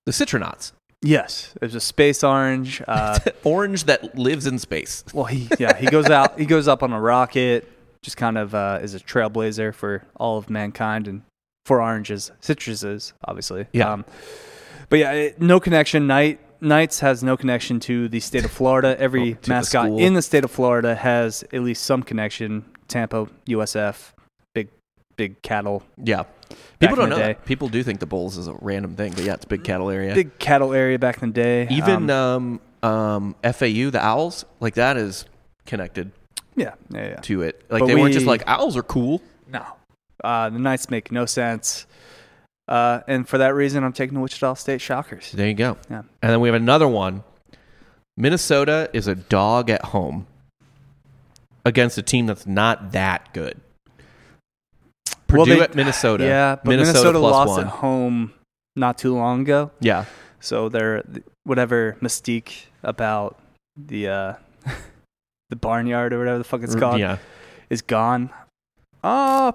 the Citronauts. Yes, there's a space orange. Uh, Orange that lives in space. well, he yeah he goes out. He goes up on a rocket. Just kind of uh, is a trailblazer for all of mankind and for oranges, citruses, obviously. Um, Yeah. but yeah, it, no connection. Night Knights has no connection to the state of Florida. Every Oh, to the mascot school. in the state of Florida has at least some connection. Tampa, USF, big big cattle Yeah. People in don't know. the day. Mm-hmm. That. People do think the Bulls is a random thing, but yeah, it's a big cattle area. big cattle area back in the day. Even Um, um, um, FAU, the Owls, like that is connected yeah, yeah, yeah. to it. Like But they weren't just we- like owls are cool. No. Uh, the Knights make no sense. Uh, and for that reason, I'm taking the Wichita State Shockers. There you go. Yeah. And then we have another one. Minnesota is a dog at home against a team that's not that good. Purdue Well, they- at Minnesota. Yeah, but Minnesota, Minnesota, plus lost one. at home not too long ago. Yeah. So they're whatever mystique about the uh, the barnyard or whatever the fuck it's called Mm, Yeah. is gone. Uh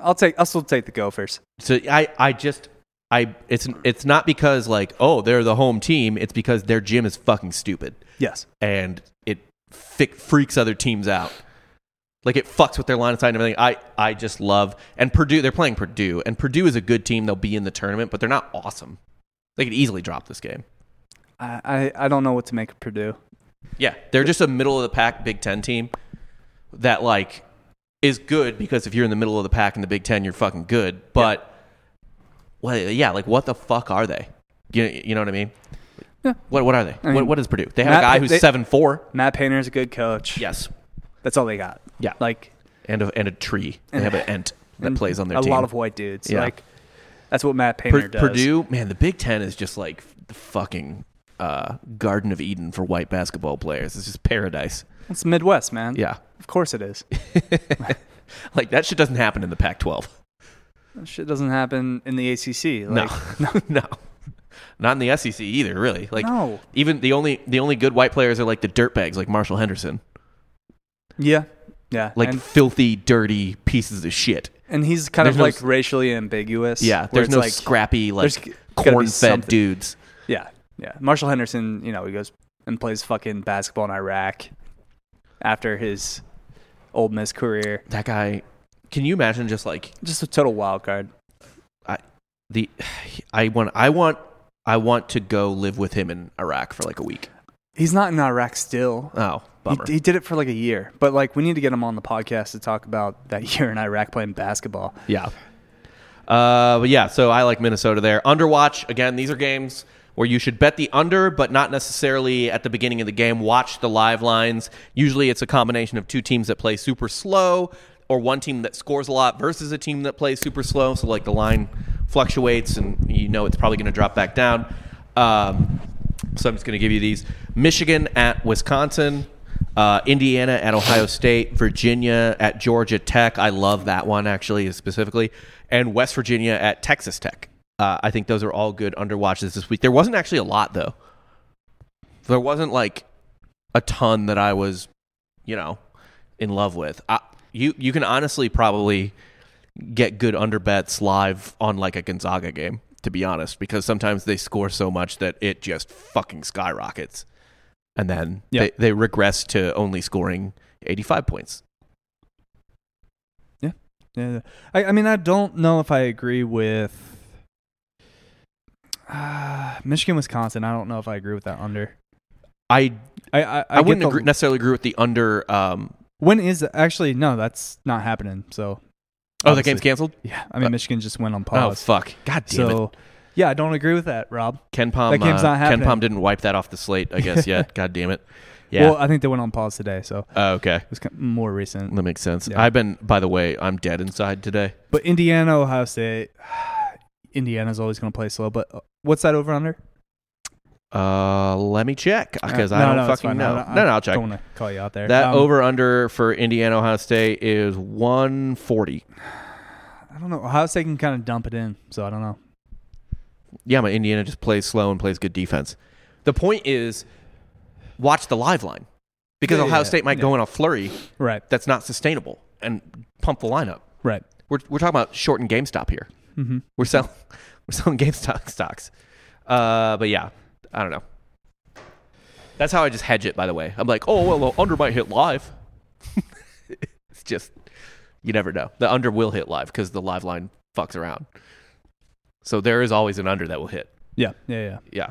I'll take I'll still take the Gophers. So I, I just I it's it's not because like, oh, they're the home team, it's because their gym is fucking stupid. Yes. and it fi- freaks other teams out. Like it fucks with their line of sight and everything. I, I just love and Purdue. They're playing Purdue, and Purdue is a good team. They'll be in the tournament, but they're not awesome. They could easily drop this game. I, I, I don't know what to make of Purdue. Yeah, they're just a middle of the pack Big Ten team that like is good because if you're in the middle of the pack in the Big Ten, you're fucking good. But well, yeah, like what the fuck are they? You, you know what I mean? What what are they? mean, what, what is Purdue? They have Matt- a guy who's they- seven four. Matt Painter's a good coach. Yes, That's all they got. Yeah. Like and a, and a tree. They have an ent that and plays on their Mm-hmm. a team. lot of white dudes. Yeah. Like that's what Matt Painter Pur- does. Purdue, man, the Big Ten is just like the fucking uh, Garden of Eden for white basketball players. It's just paradise. It's Midwest, man. Yeah, Of course it is. like that shit doesn't happen in the Pac-12. That shit doesn't happen in the ACC. Like, no, no, not in the SEC either. Really, like No. even the only the only good white players are like the dirtbags, like Marshall Henderson, Yeah. Yeah. like and, filthy, dirty pieces of shit. and he's kind there's of no like s- racially ambiguous. Yeah, where there's it's no like, scrappy there's like g- gotta be corn-fed something. dudes. Yeah. Yeah. Marshall Henderson, you know, he goes and plays fucking basketball in Iraq after his old miss career. That guy. Can you imagine just like Just a total wild card. the I want I want I want to go live with him in Iraq for like a week. He's not in Iraq still. Oh, He, bummer. he did it for like a year, but like we need to get him on the podcast to talk about that year in Iraq playing basketball. yeah. Uh, but yeah, so I like Minnesota there. Underwatch again. These are games where you should bet the under, but not necessarily at the beginning of the game. Watch the live lines. Usually, it's a combination of two teams that play super slow, or one team that scores a lot versus a team that plays super slow. So like the line fluctuates, and you know it's probably going to drop back down. Um, So I'm just going to give you these: Michigan at Wisconsin, uh, Indiana at Ohio State, Virginia at Georgia Tech. I love that one actually specifically, and West Virginia at Texas Tech. Uh, I think those are all good underwatches this week. There wasn't actually a lot though. There wasn't like a ton that I was, you know, in love with. I, you you can honestly probably get good under bets live on like a Gonzaga game, to be honest, because sometimes they score so much that it just fucking skyrockets. And then Yeah. they, they regress to only scoring 85 points. Yeah, I, I mean, I don't know if I agree with uh, Michigan, Wisconsin. I don't know if I agree with that under. I, I I, I, I, get wouldn't the- agree, necessarily agree with the under. Um, When is actually no? That's not happening. So oh, the Obviously. game's canceled? yeah, I mean, Uh, Michigan just went on Oh, pause. fuck. God damn it. so yeah, I don't agree with that, Rob. Ken Palm, that game's uh, not Ken happening. Palm didn't wipe that off the slate, I guess, yet. God damn it. Yeah. Well, I think they went on pause today, so it Oh, okay. was kind of more recent. That makes sense. Yeah. I've been, by the way, I'm dead inside today. But Indiana, Ohio State, Indiana's always going to play slow. But uh, what's that over under? Uh, let me check because I No, don't no, it's fucking fine. know. I don't- no, I no, I'll check. Don't want to call you out there. That Um, over under for Indiana Ohio State is 140. I don't know. Ohio State can kind of dump it in, so I don't know. Yeah, but Indiana just plays slow and plays good defense. The point is, watch the live line because Yeah, Ohio yeah, State might go in a flurry Right. that's not sustainable and pump the lineup. Right. We're, we're talking about shortened Mm-hmm. GameStop here. We're selling we're selling GameStop stocks. Uh, but yeah, I don't know. That's how I just hedge it. By the way, I'm like, oh well, the under might hit live. it's just you never know. The under will hit live because the live line fucks around. So there is always an under that will hit. Yeah, yeah, yeah. Yeah.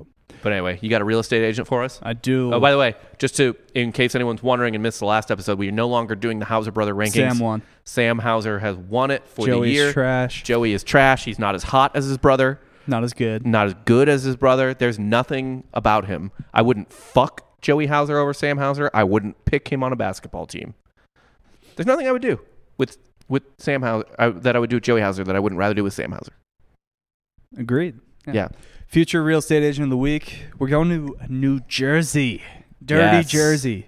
Yep. But anyway, you got a real estate agent for us? I do. Oh, by the way, just to in case anyone's wondering and missed the last episode, we are no longer doing the Hauser brother rankings. Sam won. Sam Hauser has won it for Joey's the year. trash. Joey is trash. He's not as hot as his brother. Not as good. Not as good as his brother. There's nothing about him. I wouldn't fuck Joey Hauser over Sam Hauser. I wouldn't pick him on a basketball team. There's nothing I would do with with Sam Hauser I, that I would do with Joey Hauser that I wouldn't rather do with Sam Hauser. Agreed. Yeah. Future real estate agent of the week. We're going to New Jersey, dirty Yes. Jersey.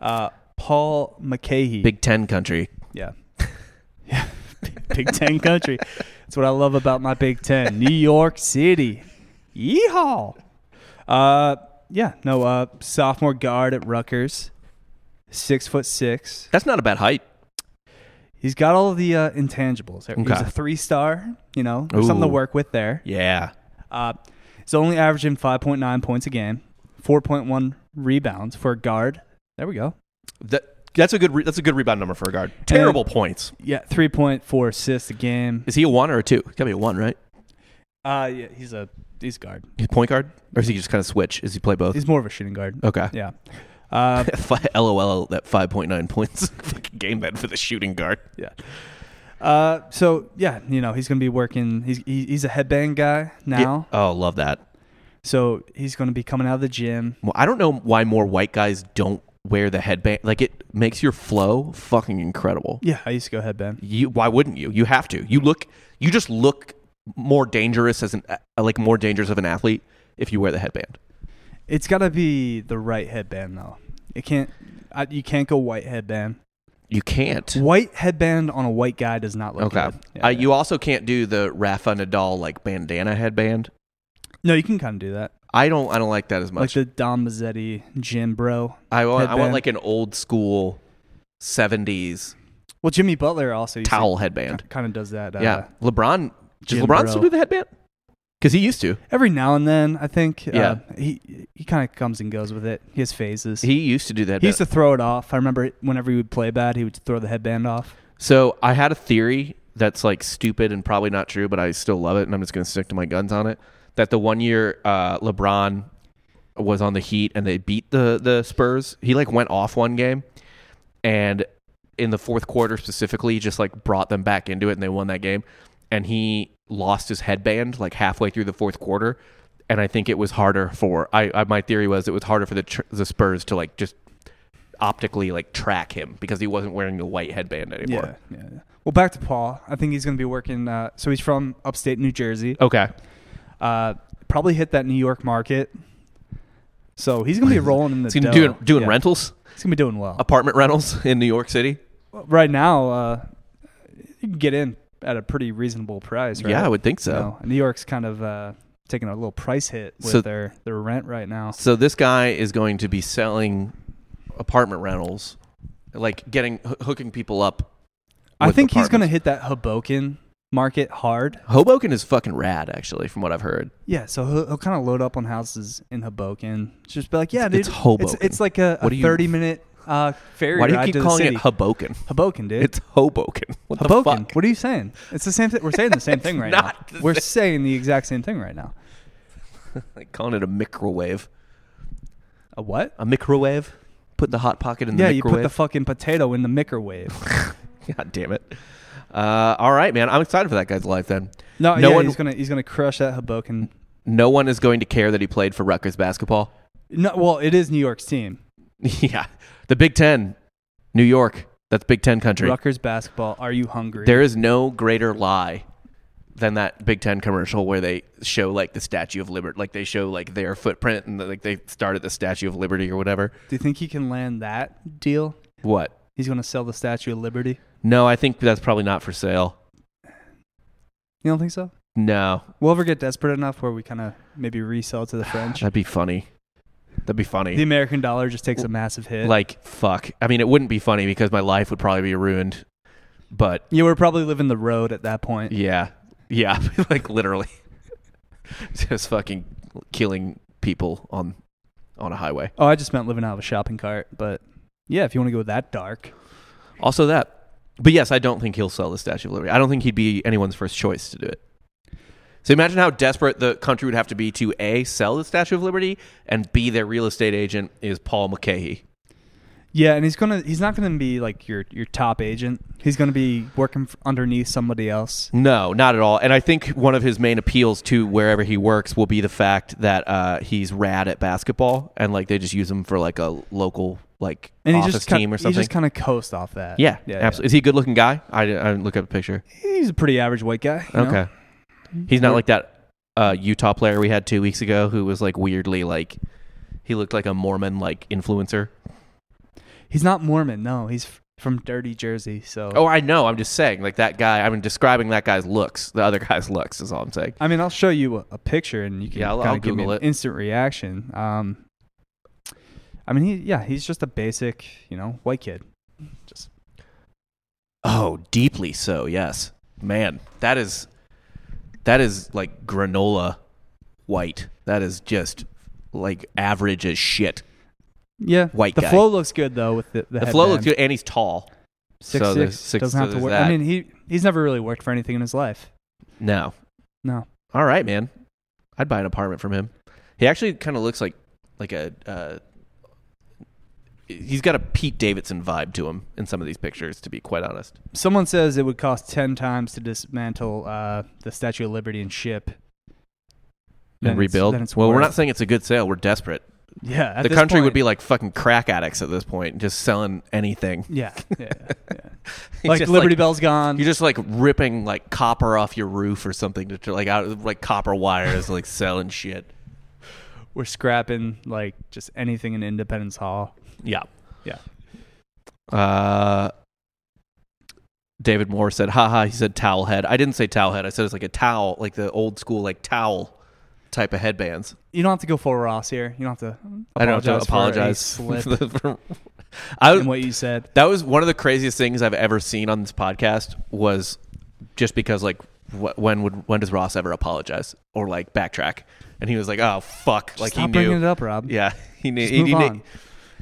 Uh, Paul McCahey. Big Ten country. yeah, yeah. Big Ten country. That's what I love about my Big Ten. New York City. Yeehaw. Uh, yeah. No. Uh, sophomore guard at Rutgers. Six foot six. That's not a bad height. He's got all the uh, intangibles. He's Okay. a three star, you know, there's something to Ooh. work with there. Yeah. Uh, he's only averaging 5.9 points a game, 4.1 rebounds for a guard. There we go. That that's a good re- that's a good rebound number for a guard. Terrible points. Yeah, 3.4 assists a game. Is he a one or a two? It's gotta be a one, right? Uh, yeah, he's a he's a guard. He's point guard, or is he just kind of switch? Is he play both? He's more of a shooting guard. okay. Yeah. Uh, Fi- LOL. That five point nine points fucking game bed for the shooting guard. yeah. Uh, so yeah, you know, he's gonna be working. He's he, he's a headband guy now, Yeah. Oh, love that. so he's gonna be coming out of the gym. Well, I don't know why more white guys don't wear the headband. Like it makes your flow fucking incredible. Yeah, I used to go headband. You why wouldn't you? You have to. You look. You just look more dangerous as an a- like more dangerous of an athlete if you wear the headband. It's got to be the right headband though. It can't. I, you can't go white headband. You can't. White headband on a white guy does not look Okay. good. Yeah, uh, yeah. You also can't do the Rafa Nadal like bandana headband. no, you can kind of do that, I don't. I don't like that as like much. the Dom Mazzetti gym bro. I want. I want headband. like an old school '70s Well, Jimmy Butler also used towel headband. kind of does that. Uh, yeah. LeBron. Does Jim LeBron Bro. still do the headband? Because he used to. Every now and then, I think. Yeah. Uh, he he kind of comes and goes with it. He has phases. He used to do that. He used to throw it off. I remember it- whenever he would play bad, he would throw the headband off. so I had a theory that's like stupid and probably not true, but I still love it, and I'm just going to stick to my guns on it. That the one year uh, LeBron was on the Heat and they beat the the Spurs, he like went off one game, and in the fourth quarter specifically, he just like brought them back into it and they won that game. And he lost his headband like halfway through the fourth quarter, and I think it was harder for I, I my theory was it was harder for the tr- the Spurs to like just optically like track him because he wasn't wearing the white headband anymore. yeah, yeah. Well, back to Paul. I think he's going to be working. Uh, so he's from upstate New Jersey. Okay. Oh. uh, probably hit that New York market. So he's gonna be rolling in the He's gonna dough. doing doing Yeah. rentals, He's gonna be doing well. apartment rentals in New York City. Right now, uh, you can get in at a pretty reasonable price. Right? Yeah, I would think so. You know, New York's kind of uh, taking a little price hit with So- their their rent right now. So this guy is going to be selling apartment rentals, like getting h- hooking people up. I with think he's gonna apartments. hit that Hoboken market hard. Hoboken is fucking rad, actually, from what I've heard. Yeah, so he'll, he'll kind of load up on houses in Hoboken. Just be like, yeah, dude, It's Hoboken. It's, it's like a, a What do you- thirty minute uh, ferry Why do you ride keep to the calling city. it Hoboken? Hoboken, dude. It's Hoboken. What Hoboken. the fuck? What are you saying? It's the same thing. We're saying the same thing right now. not the We're saying the exact same thing right now. Like calling it a microwave. A what? A microwave? Put the hot pocket in the yeah, you put microwave. the fucking potato in the microwave. God damn it. Uh, all right, man. I'm excited for that guy's life then. No, no yeah, one he's gonna he's gonna crush that Hoboken. no one is going to care that he played for Rutgers basketball. No, well, it is New York's team. yeah. The Big 10, New York. That's Big 10 country. Rutgers basketball. Are you hungry? There is no greater lie than that Big Ten commercial where they show like the Statue of Liberty, like they show like their footprint and like they start at the Statue of Liberty or whatever. Do you think he can land that deal? What? He's gonna sell the Statue of Liberty. No, I think that's probably not for sale. You don't think so? No, We'll ever get desperate enough where we kind of maybe resell to the French. that'd be funny. That'd be the funny. American dollar just takes a massive hit. Like fuck. I mean, it wouldn't be funny because my life would probably be ruined. But you were probably living the road at that point. yeah, yeah, like literally, just fucking killing people on on a highway. Oh, I just meant living out of a shopping cart, but yeah, if you want to go that dark, Also that. But yes, I don't think he'll sell the Statue of Liberty. I don't think he'd be anyone's first choice to do it. So imagine how desperate the country would have to be to A, sell the Statue of Liberty, and B, their real estate agent is Paul McCahey. yeah, and he's gonna he's not gonna be like your your top agent. He's gonna be working f- underneath somebody else. No, not at all. And I think one of his main appeals to wherever he works will be the fact that uh, he's rad at basketball and like they just use him for like a local like And he office just team kind, or something. He just kind of coast off that. yeah, absolutely. Is he a good looking guy? I, didn't- I didn't look up a picture. He's a pretty average white guy. you know? Okay. He's not like that uh, Utah player we had two weeks ago who was like weirdly like he looked like a Mormon like influencer. He's not Mormon. No, he's f- from dirty Jersey. So Oh, I know. I'm just saying like that guy. I'm describing that guy's looks. The other guy's looks is all I'm saying. I mean, I'll show you a, a picture, and you can Yeah, I'll- kind I'll of give me Google an it. instant reaction. Um, I mean, he, yeah, he's just a basic, you know, white kid. Just Oh, deeply so. Yes, man. That is that is like granola white. That is just like average as shit. yeah, White The guy. flow looks good though with the the, The flow looks headband. good, and he's tall. Six so six, there's six- doesn't so have to there's work. that. I mean, he he's never really worked for anything in his life. No, No, All right, man. I'd buy an apartment from him. He actually kind of looks like like a uh, he's got a Pete Davidson vibe to him in some of these pictures. To be quite honest, someone says it would cost ten times to dismantle uh, the Statue of Liberty and ship. Then and it's- rebuild. then it's well, we're worth- not saying it's a good sale. We're desperate. Yeah, at the this country would point- be like fucking crack addicts at this point, just selling anything. yeah, yeah, yeah. It's like just Liberty like- Bell's gone. You're just like ripping like copper off your roof or something to, to like out like copper wires, like selling shit. We're scrapping like just anything in Independence Hall. Yeah. Yeah. Uh, David Moore said, haha, he said towel head. I didn't say towel head. I said it's like a towel, like the old school, like towel type of headbands. You don't have to go full Ross here. You don't have to. I don't have to apologize apologize. for a slip for- I, in what you said. that was one of the craziest things I've ever seen on this podcast was just because like wh- when would when does Ross ever apologize or like backtrack? And he was like, "Oh fuck!" like Stop he bringing knew. it up, Rob. Yeah, he knew. Just he move knew- on.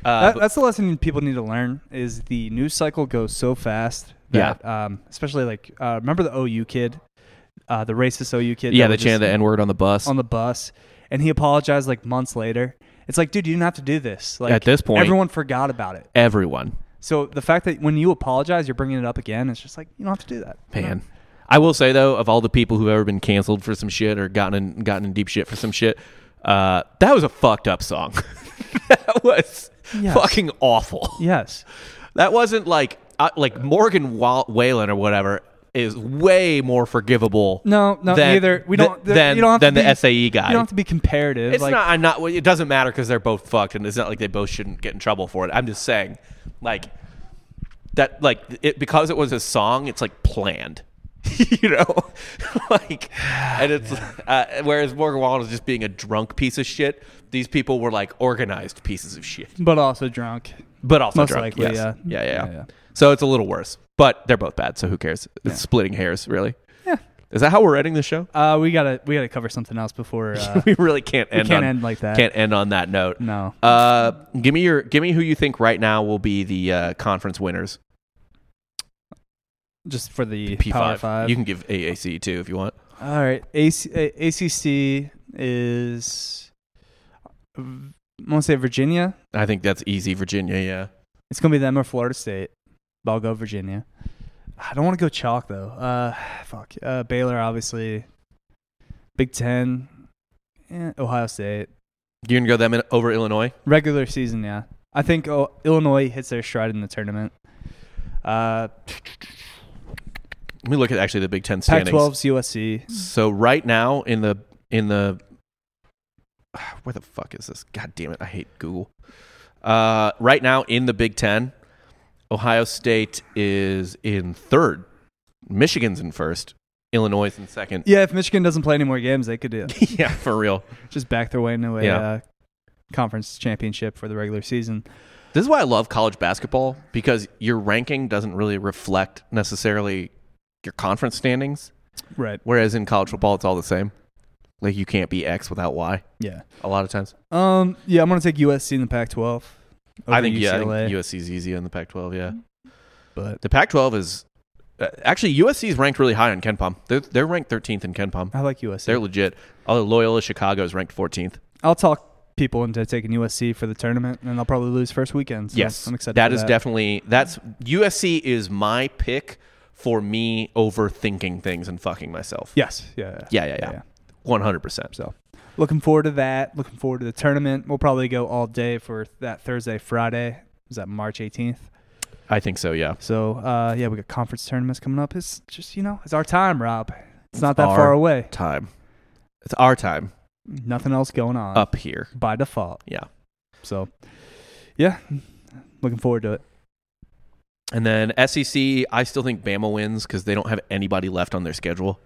Uh, That- but- that's the lesson people need to learn: is the news cycle goes so fast that, um, especially like uh, remember the OU kid, uh, the racist OU kid. yeah, that they would chanted the just- N word on the bus. on the bus, and he apologized like months later. It's like, dude, you didn't have to do this. Like At this point- everyone forgot about it. Everyone. So the fact that when you apologize, you're bringing it up again, it's just like you don't have to do that. Man. I will say though, of all the people who've ever been canceled for some shit or gotten in, gotten in deep shit for some shit, uh, that was a fucked up song. that was Yes. fucking awful. Yes. That wasn't like uh, like Morgan Wa- Whalen or whatever is way more forgivable. No, no, than- neither. We th- don't. there- than you don't have than to be, the E SAE guy. You don't have to be comparative. It's like, not. I'm not. It doesn't matter because they're both fucked, and it's not like they both shouldn't get in trouble for it. I'm just saying, like that, like it because it was a song. It's like planned, you know, like, and it's uh, whereas Morgan Wallen was just being a drunk piece of shit. These people were like organized pieces of shit, but also drunk. but also Most drunk. likely, yes. yeah. Yeah, yeah, Yeah, yeah. So it's a little worse, but they're both bad. So who cares? It's splitting hairs, really. Yeah. Is that how we're ending the show? Uh, we gotta we gotta cover something else before. Uh, we really can't end. can't on- end like that. Can't end on that note. no. Uh, give me your give me who you think right now will be the uh, conference winners. just for the P Power five. Five. You can give AAC too if you want. All right, AC, A- ACC is. I want to say Virginia. I think that's easy. Virginia, yeah. It's gonna be them or Florida State. But I'll go Virginia. I don't want to go chalk though. Uh, fuck. Uh, Baylor obviously. Big Ten, eh, Ohio State. You gonna go them in, over Illinois? Regular season, yeah. I think oh, Illinois hits their stride in the tournament. Uh, Let me look at actually the Big Ten standings. Pac-12's USC. So right now in the in the where the fuck is this? God damn it! I hate Google. Uh, right now in the Big Ten, Ohio State is in third. Michigan's in first. Illinois is in second. Yeah, if Michigan doesn't play any more games, they could uh, yeah for real. just back their way into a Yeah. uh, conference championship for the regular season. This is why I love college basketball because your ranking doesn't really reflect necessarily your conference standings, Right. whereas in college football it's all the same. Like you can't be X without Y. Yeah. A lot of times, Um. Yeah, I'm gonna take USC in the Pac-12. I over think yeah, I think UCLA, USC's easier in the Pac-12. Yeah, but the Pac-12 is uh, actually USC is ranked really high on Ken Palm. They're they're ranked 13th in Ken Palm. I like USC. They're legit. Although Loyola Chicago is ranked 14th. I'll talk people into taking USC for the tournament, and they'll probably lose first weekend. So yes, I'm excited. That for is definitely that's USC is my pick for me overthinking things and fucking myself. Yes. Yeah. yeah, yeah, yeah, one hundred percent. So, looking forward to that. Looking forward to the tournament. We'll probably go all day for that Thursday, Friday. Is that March 18th? I think so. Yeah, So, uh, yeah, we got conference tournaments coming up. It's just you know, it's our time, Rob. It's not that our- far away. time. It's our time Nothing else going on up here. by default. Yeah, So, yeah, looking forward to it. and then SEC. I still think Bama wins because they don't have anybody left on their schedule.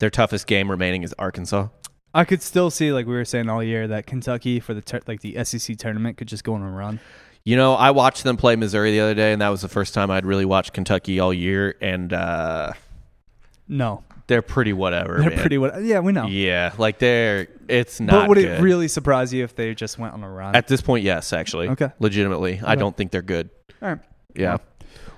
Their toughest game remaining is Arkansas. I could still see, like we were saying all year, that Kentucky for the tur- like the SEC tournament could just go on a run. You know, I watched them play Missouri the other day, and that was the first time I'd really watched Kentucky all year. And uh, No, they're pretty whatever. they're man. pretty. What? Yeah, we know. Yeah, like they're it's not. but would good. it really surprise you if they just went on a run? At this point, yes, actually. Okay. Legitimately, I Okay. don't think they're good. all right. Yeah.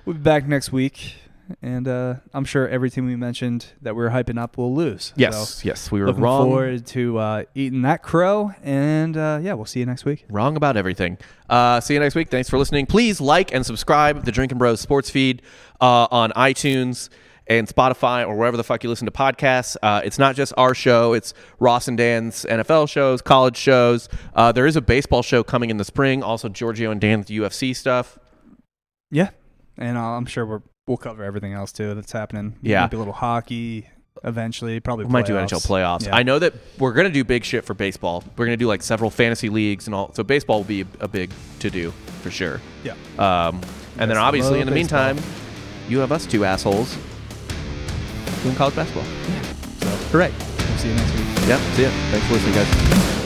We'll be back next week, and uh, I'm sure every team we mentioned that we were hyping up will lose. Yes. So, yes, we were looking wrong. forward to uh, eating that crow, and uh, yeah, we'll see you next week. Wrong about everything. Uh, see you next week. Thanks for listening. Please like and subscribe the Drinking Bros Sports Feed uh, on iTunes and Spotify or wherever the fuck you listen to podcasts. Uh, it's not just our show. It's Ross and Dan's NFL shows, college shows. Uh, there is a baseball show coming in the spring. Also, Giorgio and Dan's UFC stuff. Yeah, and uh, I'm sure we're, we'll cover everything else too that's happening. Yeah. maybe a little hockey eventually. Probably We might do playoffs. NHL playoffs. Yeah. I know that we're gonna do big shit for baseball. We're gonna do like several fantasy leagues and all. So baseball will be a, a big to do for sure. Yeah. Um, and then Yes, obviously love in the baseball. meantime, you have us two assholes doing college basketball. So, Correct. we'll see you next week. Yep. See ya. Thanks for listening, guys.